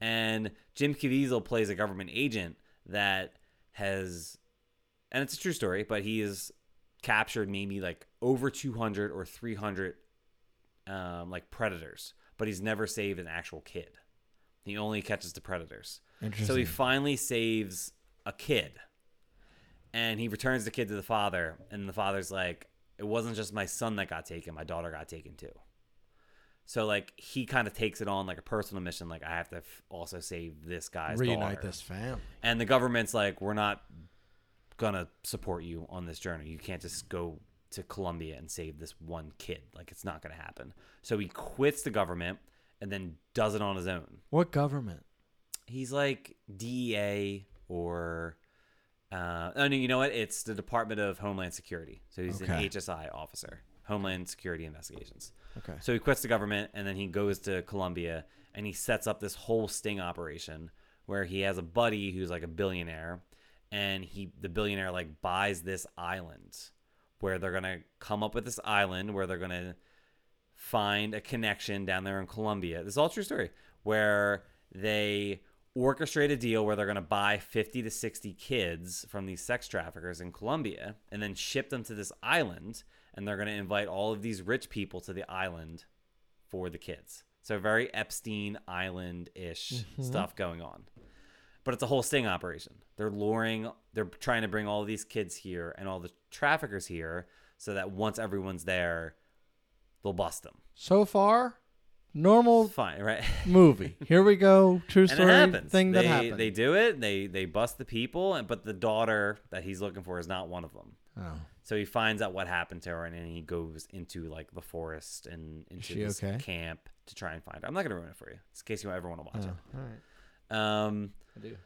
And Jim Caviezel plays a government agent that has and it's a true story, but he has captured maybe like over 200 or 300 um, like predators, but he's never saved an actual kid. He only catches the predators. So he Interesting. finally saves a kid and he returns the kid to the father. And the father's like, It wasn't just my son that got taken, my daughter got taken too. So, like, he kind of takes it on like a personal mission. Like, I have to f- also save this guy's Reunite daughter this family. and the government's like we're not gonna support you on this journey you can't just go to colombia and save this one kid like it's not gonna happen so he quits the government and then does it on his own What government? he's like dea or uh, oh no you know what it's the department of homeland security so he's Okay. an hsi officer homeland security investigations Okay. so he quits the government and then he goes to Colombia and he sets up this whole sting operation where he has a buddy who's like a billionaire and he the billionaire like buys this island where they're going to come up with this island where they're going to find a connection down there in Colombia. This is all true story where they orchestrate a deal where they're going to buy 50 to 60 kids from these sex traffickers in Colombia and then ship them to this island and they're going to invite all of these rich people to the island for the kids. So very Epstein island-ish stuff going on. But it's a whole sting operation. They're luring, they're trying to bring all these kids here and all the traffickers here so that once everyone's there, they'll bust them. So far, normal Fine, right? movie. Here we go. True and it story happens. thing they, that happened. They do it. They they bust the people, and but the daughter that he's looking for is not one of them. oh. So he finds out what happened to her, and then he goes into like the forest and into she this okay? camp to try and find her. I'm not gonna ruin it for you, just in case you ever want to watch oh. it. All right. Um, I do.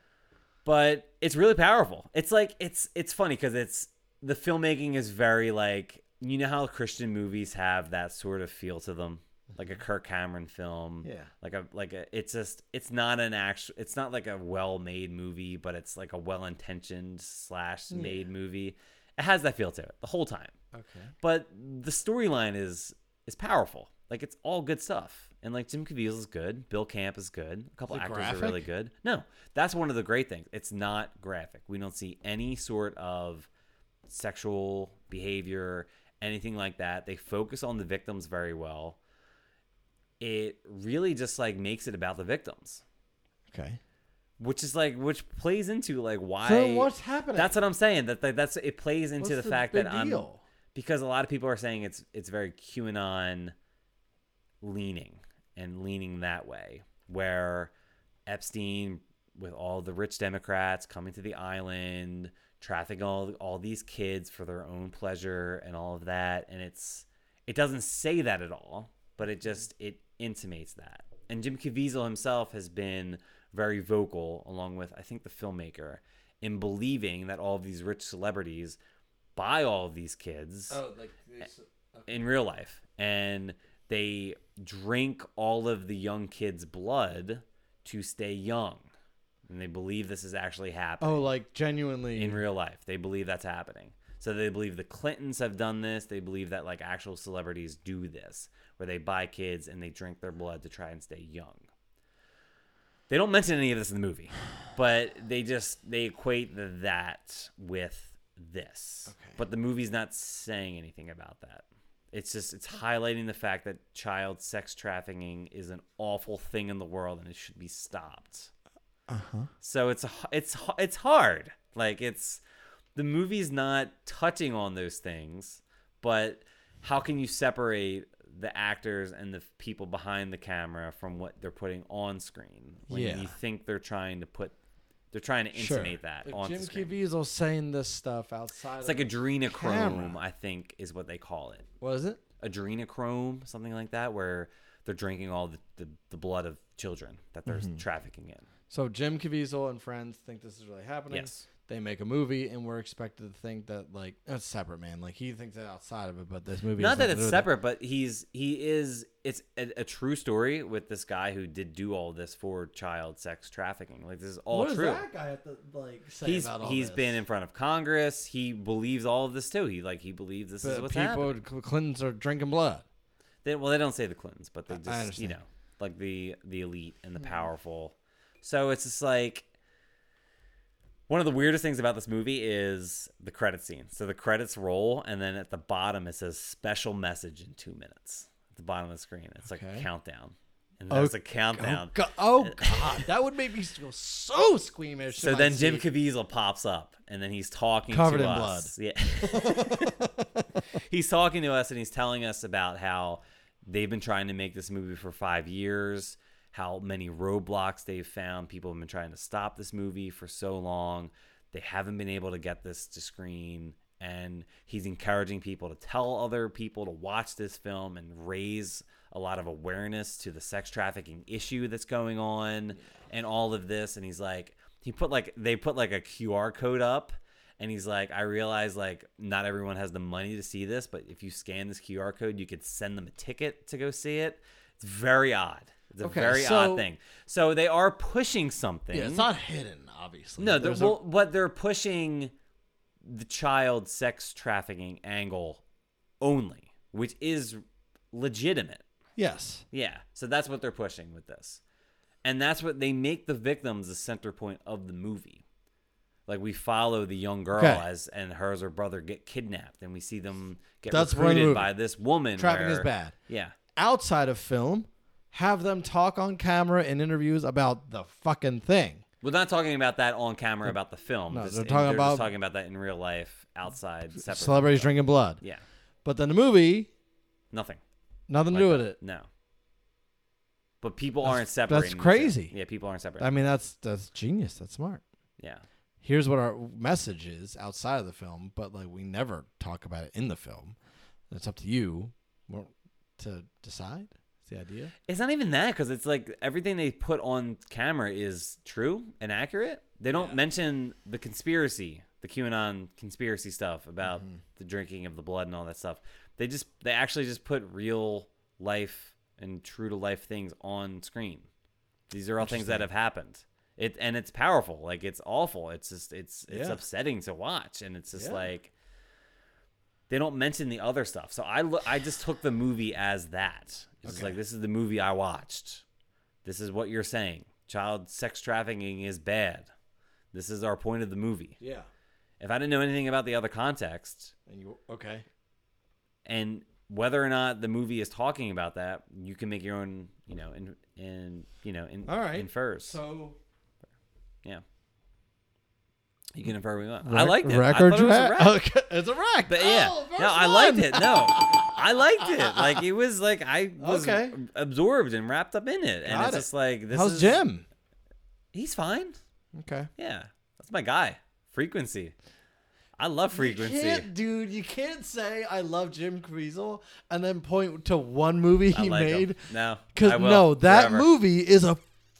but it's really powerful. It's like it's it's funny because it's the filmmaking is very like you know how Christian movies have that sort of feel to them, like a Kirk Cameron film, Mm-hmm. Yeah. like a like a it's just it's not an actual it's not like a well made movie, but it's like a well intentioned slash made movie. It has that feel to it the whole time, Okay. but the storyline is is powerful. Like it's all good stuff, And like Jim Caviezel is good, Bill Camp is good, a couple Is it actors graphic? are really good. No, that's one of the great things. It's not graphic. We don't see any sort of sexual behavior, anything like that. They focus on the victims very well. It really just like makes it about the victims, Okay. which is like which plays into like why. So what's happening? That's what I'm saying. That that- that's it plays into What's the, fact big that I'm deal? because a lot of people are saying it's it's very QAnon leaning and leaning that way, where Epstein with all the rich Democrats coming to the island, trafficking all all these kids for their own pleasure and all of that, and it's it doesn't say that at all, but it just it intimates that. And Jim Caviezel himself has been very vocal, along with I think the filmmaker, in believing that all of these rich celebrities buy all of these kids Oh, like it's- in real life and they drink all of the young kids' blood to stay young. And they believe this is actually happening oh, like genuinely. in real life. They believe that's happening. So they believe the Clintons have done this. They believe that like actual celebrities do this, where they buy kids and they drink their blood to try and stay young. They don't mention any of this in the movie, but they just they equate that with this. But the movie's not saying anything about that. It's just it's highlighting the fact that child sex trafficking is an awful thing in the world and it should be stopped. So it's a, h- it's h- it's hard. Like it's the movie's not touching on those things, but how can you separate the actors and the people behind the camera from what they're putting on screen when Yeah. you think they're trying to put they're trying to Sure. intimate that like on Jim screen. Caviezel saying this stuff outside. it's of like adrenochrome, Camera. I think is what they call it. Was it? Adrenochrome, something like that, where they're drinking all the, the, the blood of children that they're Mm-hmm. trafficking in. So Jim Caviezel and friends think this is really happening. Yes. they make a movie, and we're expected to think that like that's separate, man. Like he thinks that outside of it, but this movie. not has that nothing to do it's with it. separate but he's he is it's a, a true story with this guy who did do all this for child sex trafficking like this is all What does true that guy have to like say He's he's about all this? been in front of congress he believes all of this too he like he believes this is But what's people, happening Cl- Clintons are drinking blood. they, well they don't say the clintons but they just you understand. know like the the elite and the powerful so it's just like one of the weirdest things about this movie is the credit scene. So the credits roll, and then at the bottom it says "special message in two minutes." At the bottom of the screen, it's like Okay. a countdown, and there's a countdown. Oh god, oh, god. that would make me feel so squeamish. uh, Oh, so in my then Jim seat. Caviezel pops up, and then he's talking Covered to in us. Yeah, he's talking to us, and he's telling us about how they've been trying to make this movie for five years. How many roadblocks they've found? People have been trying to stop this movie for so long. They haven't been able to get this to screen, and he's encouraging people to tell other people to watch this film and raise a lot of awareness to the sex trafficking issue that's going on and all of this. And he's like, he put like they put like a QR code up and he's like I realize like not everyone has the money to see this but if you scan this QR code you could send them a ticket to go see it it's very odd it's a Okay, very so- odd thing so they are pushing something Yeah, it's not hidden, obviously. no they're, There's a- well, but they're pushing the child sex trafficking angle only which is legitimate yes. yeah. So that's what they're pushing with this. And that's what they make the victims the center point of the movie. Like we follow the young girl Okay. as and her as her brother get kidnapped and we see them get That's one recruited movie. by this woman. Trafficking is where- bad. Yeah. Outside of film, have them talk on camera in interviews about the fucking thing. We're not talking about that on camera about the film. No, Just- they're they're talking about- just talking about that in real life outside separate. Celebrities drinking blood. Yeah. But then the movie, Nothing. nothing to do with it. No. But people That's- aren't that's separating. the two. crazy. Yeah, people aren't separating. I mean, that's that's genius. That's smart. yeah. Here's what our message is outside of the film, but like we never talk about it in the film. It's up to you well, to decide. It's the idea. It's not even that because it's like everything they put on camera is true and accurate. They don't mention the conspiracy, the QAnon conspiracy stuff about Mm-hmm. the drinking of the blood and all that stuff. They just they actually just put real life and true to life things on screen. These are all things that have happened. It and it's powerful. Like it's awful. It's just it's it's Yeah. upsetting to watch, and it's just Yeah. like they don't mention the other stuff. So I look, I just took the movie as that. It's just like this is the movie I watched. This is what you're saying. Child sex trafficking is bad. This is our point of the movie. Yeah. If I didn't know anything about the other context And you okay? and whether or not the movie is talking about that, you can make your own, you know, and and you know, in, All right. infers. So yeah, you can infer what you want. I Rec- liked it. Record I thought it was a draft. wreck. Okay, it's a rack. But yeah, Oh, no, I liked it. No, I liked it. Like it was like I was Okay. absorbed and wrapped up in it, and Got it's it. just like this. How's is, Jim? He's fine. Okay. Yeah, that's my guy. Frequency. I love You frequency. can't, dude, you can't say I love Jim Caviezel and then point to one movie I he like him. made. No, I Because will, no, that forever. movie is a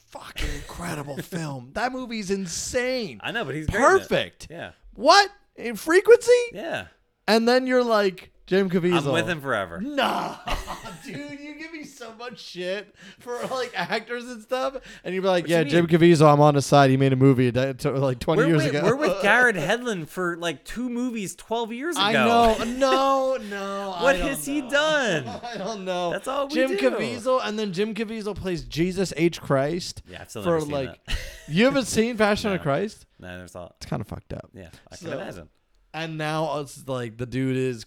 fucking incredible film. That movie's insane. I know, but he's great in it. perfect. Yeah, What in frequency? yeah. And then you're like Jim Caviezel. I'm with him forever. Nah, dude, you give me so much shit for like actors and stuff, and you'd be like, you "Yeah, Jim mean? Caviezel, I'm on his side. He made a movie that took, like 20 We're years with, ago." we're with Garrett Hedlund for like two movies twelve years ago. I know, no, no. I What don't has he know. done? I don't know. That's all we do. Jim Caviezel, and then Jim Caviezel plays Jesus H. Christ. Yeah, I've still for never seen like, that. you haven't seen Passion of Christ? no, I never saw it. It's kind of fucked up. Yeah, I can So- imagine. And now it's like the dude is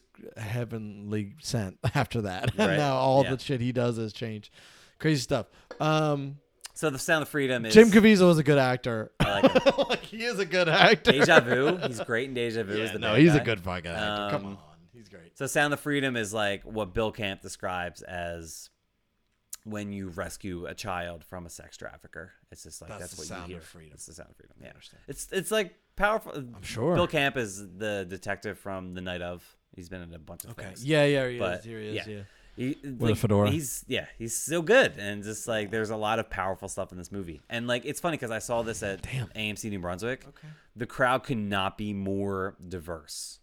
heavenly sent after that. Right. And now all Yeah. the shit he does has changed. Crazy stuff. Um, So the Sound of Freedom is Jim Caviezel is a good actor. I like him. like he is a good actor. Deja Vu. He's great in Deja Vu. is Yeah, the no, bad he's guy. a good fucking actor. Come Um, on, he's great. So Sound of Freedom is like what Bill Camp describes as when you rescue a child from a sex trafficker. It's just like That's that's, the what sound of you hear. freedom. It's the sound of freedom. Yeah, it's it's like powerful. I'm sure. Bill Camp is the detective from The Night of. He's been in a bunch of Okay, things. yeah, yeah, he but is. Here he is. Yeah. He- a like, fedora. He's yeah, he's so good, and just like there's a lot of powerful stuff in this movie, and like it's funny because I saw this at AMC New Brunswick. Okay. The crowd could not be more diverse.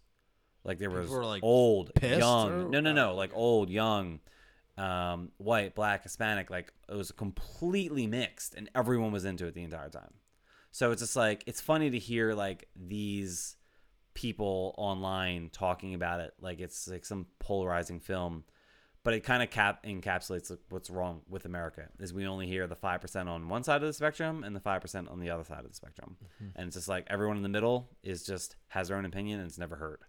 Like there was People were, like, old, pissed young, or- no, no, no, like old, young, um, white, black, Hispanic. Like it was completely mixed, and everyone was into it the entire time. So it's just like it's funny to hear like these people online talking about it like it's like some polarizing film but it kind of cap encapsulates like, what's wrong with America is we only hear the 5% on one side of the spectrum and the 5% on the other side of the spectrum. And it's just like everyone in the middle is just has their own opinion and it's never heard.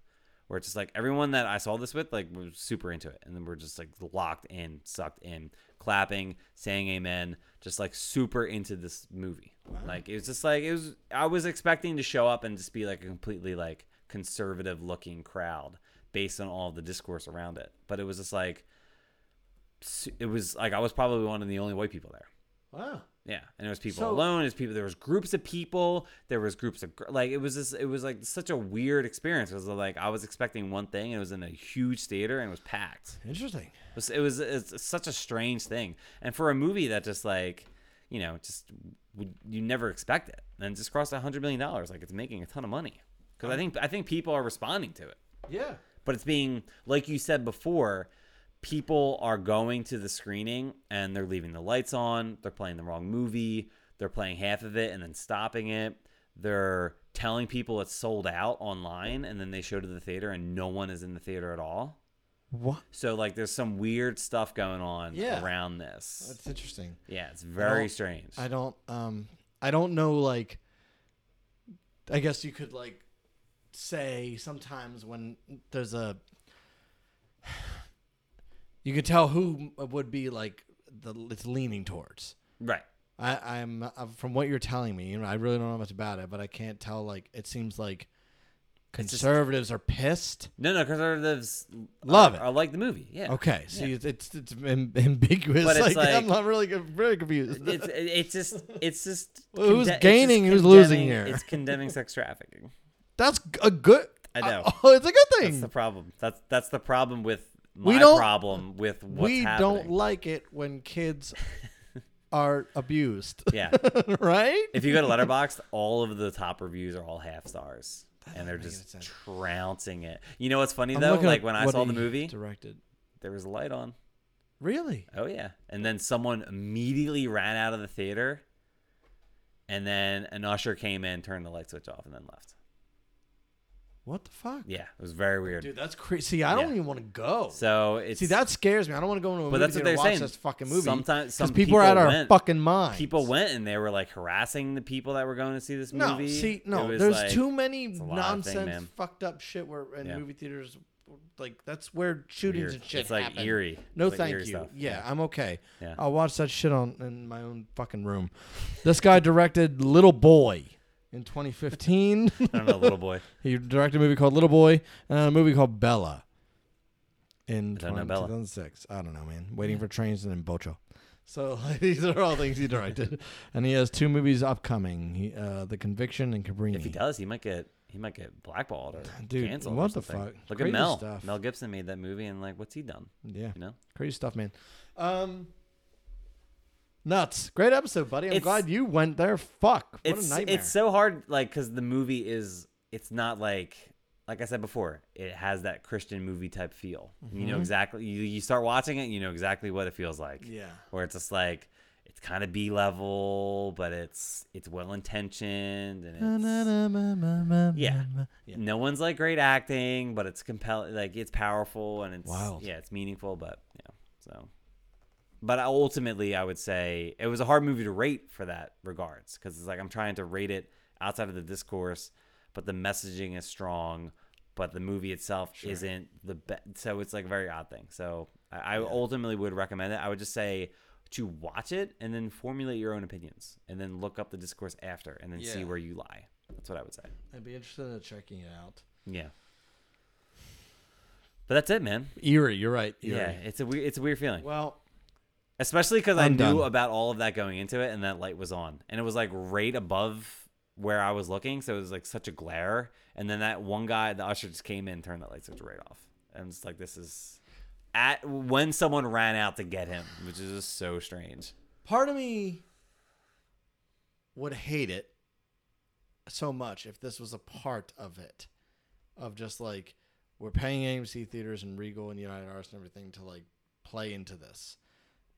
Where it's just like everyone that I saw this with like was super into it and then we're just like locked in, sucked in, clapping, saying amen, just like super into this movie. Like it was just like it was I was expecting to show up and just be like a completely like conservative looking crowd based on all the discourse around it. But it was just like su- it was like I was probably one of the only white people there. Wow. Yeah, and it was people So- alone. It was people. There was groups of people. There was groups of gr- like it was this. It was like such a weird experience. It was like I was expecting one thing. And it was in a huge theater and it was packed. Interesting. It was, it was it's such a strange thing, and for a movie that just like you know just would, you never expect it, and it just cost a hundred million dollars. Like it's making a ton of money because I think I think people are responding to it Yeah. but it's being like you said before people are going to the screening and they're leaving the lights on they're playing the wrong movie they're playing half of it and then stopping it they're telling people it's sold out online and then they show to the theater and no one is in the theater at all What? so like there's some weird stuff going on Yeah. around this That's interesting. yeah it's very don't- strange I don't um I don't know like I guess you could like say sometimes when there's a you could tell who would be like the it's leaning towards. right I I'm uh, from what you're telling me, you know, I really don't know much about it, but I can't tell like it seems like just- conservatives are pissed. no no conservatives Love it. I like the movie yeah Okay, see it's it's, it's am- ambiguous. But it's like, I'm like- not really very confused. it's it's just it's just Well, who's conde- it's just gaining, who's losing condemning- here? It's condemning sex trafficking. That's a good. I know. oh, it's a good That's thing. the problem. That's that's the problem with my We don't- problem with what's we happening. don't like it when kids are abused, yeah. right? If you go to Letterboxd, all of the top reviews are all half stars, and they're just trouncing it. You know what's funny I'm though? looking Like up when I what saw the he movie, directed. there was a light on. Really? Oh yeah. And then someone immediately ran out of the theater, and then an usher came in, turned the light switch off, and then left. What the fuck? Yeah, it was very weird. Dude, that's crazy. I don't Yeah. even want to go. So it's See, that scares me. I don't want to go into a But movie that's what theater they're and watch saying. this fucking movie. Sometimes- some people are out people of our went. fucking mind. people went and they were like harassing the people that were going to see this No, movie. see, It no. was, There's like- too many a lot of thing, nonsense, man. fucked up shit where in Yeah. movie theaters, like that's where shootings Weird. and shit. It's, like, happen. eerie. No, It's, like, thank eerie you. stuff. Yeah, I'm okay. Yeah. I'll watch that shit on in my own fucking room. This guy directed Little Boy in 2015. I don't know, little boy. he directed a movie called Little Boy and a movie called Bella. I In don't know 20- Bella. 2006, I don't know, man. Waiting for Trains and Bocho. So like, these are all things he directed, and he has two movies upcoming: he, uh, The Conviction and Cabrini. If he does, he might get he might get blackballed or Dude, canceled. what or the something. fuck? Look Crazy at Mel. stuff. Mel Gibson made that movie, and like, what's he done? yeah, You know, crazy stuff, man. Um, nuts. Great episode, buddy. I'm It's- glad you went there. Fuck, what it's a nightmare. it's uh, so hard, like, because the movie is it's not like like I said before, it has that Christian movie type feel. You know exactly. You, you start watching it, you know exactly what it feels like. Mm-hmm. yeah, where it's just like it's kind of B level, but it's it's well intentioned and it's, yeah. no one's like great acting, but it's compelling, like it's powerful and it's Wild. yeah, it's meaningful, but yeah, so. But I- ultimately, I would say it was a hard movie to rate for that regards because it's like I'm trying to rate it outside of the discourse, but the messaging is strong, but the movie itself isn't the best. So it's like a very odd thing. So I, I ultimately would recommend it. I would just say to watch it and then formulate your own opinions and then look up the discourse after and then see Yeah. where you lie. That's what I would say. I'd be interested in checking it out. Yeah. But that's it, man. Eerie, you're right. Eerie. Yeah, it's a weird, it's a weird feeling, Well, especially because I I'm knew done. about all of that going into it, and that light was on, and it was like right above where I was looking, so it was like such a glare. And then that one guy, the usher, just came in, turned that light switch right off, and I'm just like, this is at when someone ran out to get him, which is just so strange. part of me would hate it so much if this was a part of it of just like we're paying AMC theaters and Regal and United Arts and everything to like play into this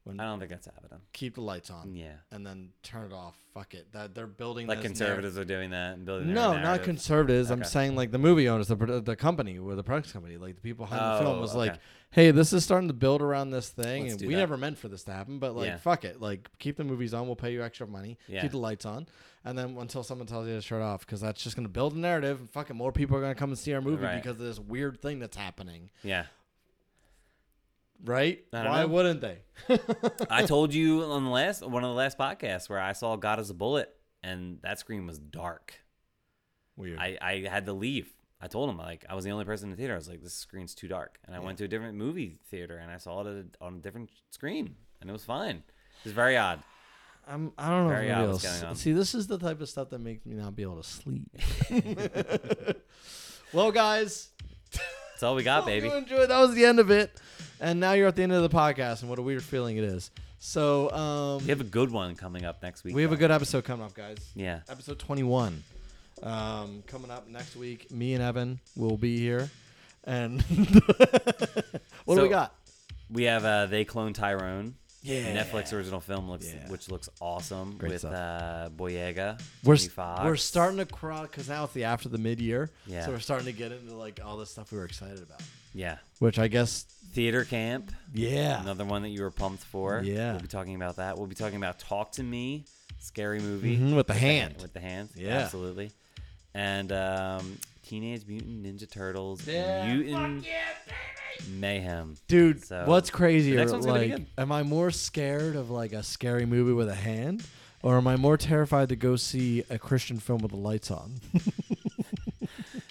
when I don't think that's happening. keep the lights on Yeah, and then turn it off fuck it that they're building like this narr- conservatives are doing that and building. their no, own not narrative. conservatives. I'm Okay. saying like the movie owners, the produ- the company or the products company, like the people behind the film Oh, was okay. like, "Hey, this is starting to build around this thing, Let's and do we that." never meant for this to happen, but like, Yeah. fuck it, like keep the movies on. We'll pay you extra money. Yeah. Keep the lights on, and then until someone tells you to shut off, because that's just gonna build a narrative, and fucking more people are gonna come and see our movie Right. because of this weird thing that's happening, Yeah. right? I don't Why know. wouldn't they? I told you on the last one of the last podcasts where I saw God as a bullet, and that screen was dark. Weird. I, I had to leave. I told him like I was the only person in the theater. I was like, this screen's too dark, and I went to a different movie theater and I saw it at a, on a different screen, and it was fine. It was very odd. I'm. I don't know. Very if anybody odd what's else- going on. See, this is the type of stuff that makes me not be able to sleep. well, guys, That's all we got, hope baby. you enjoyed. That was the end of it, and now you're at the end of the podcast, and what a weird feeling it is. So, um, We have a good one coming up next week. we have a though. good episode coming up, guys. yeah. Episode 21, um, coming up next week. Me and Evan will be here, and what do So- we got? We have uh, they clone Tyrone. Yeah. Netflix original film looks Yeah. which looks awesome Great with stuff. uh, Boyega. We're, Jamie Foxx. we're starting to crawl because now it's the after the mid year, Yeah. so we're starting to get into like all the stuff we were excited about. Yeah. Which I guess, Theater camp. yeah, Another one that you were pumped for. Yeah. We'll be talking about that. We'll be talking about Talk to Me, scary movie. Mhm, with the hand- hand. With the hands. Yeah. Absolutely. And um, Teenage Mutant Ninja Turtles. Yeah, Mutant Mayhem. dude, So, what's crazier? next one's gonna be Like, good. am I more scared of like a scary movie with a hand, or am I more terrified to go see a Christian film with the lights on?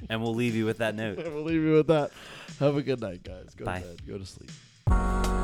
And we'll leave you with that note. we'll leave you with that. Have a good night, guys. Go Bye. to bed. Go to sleep. Thank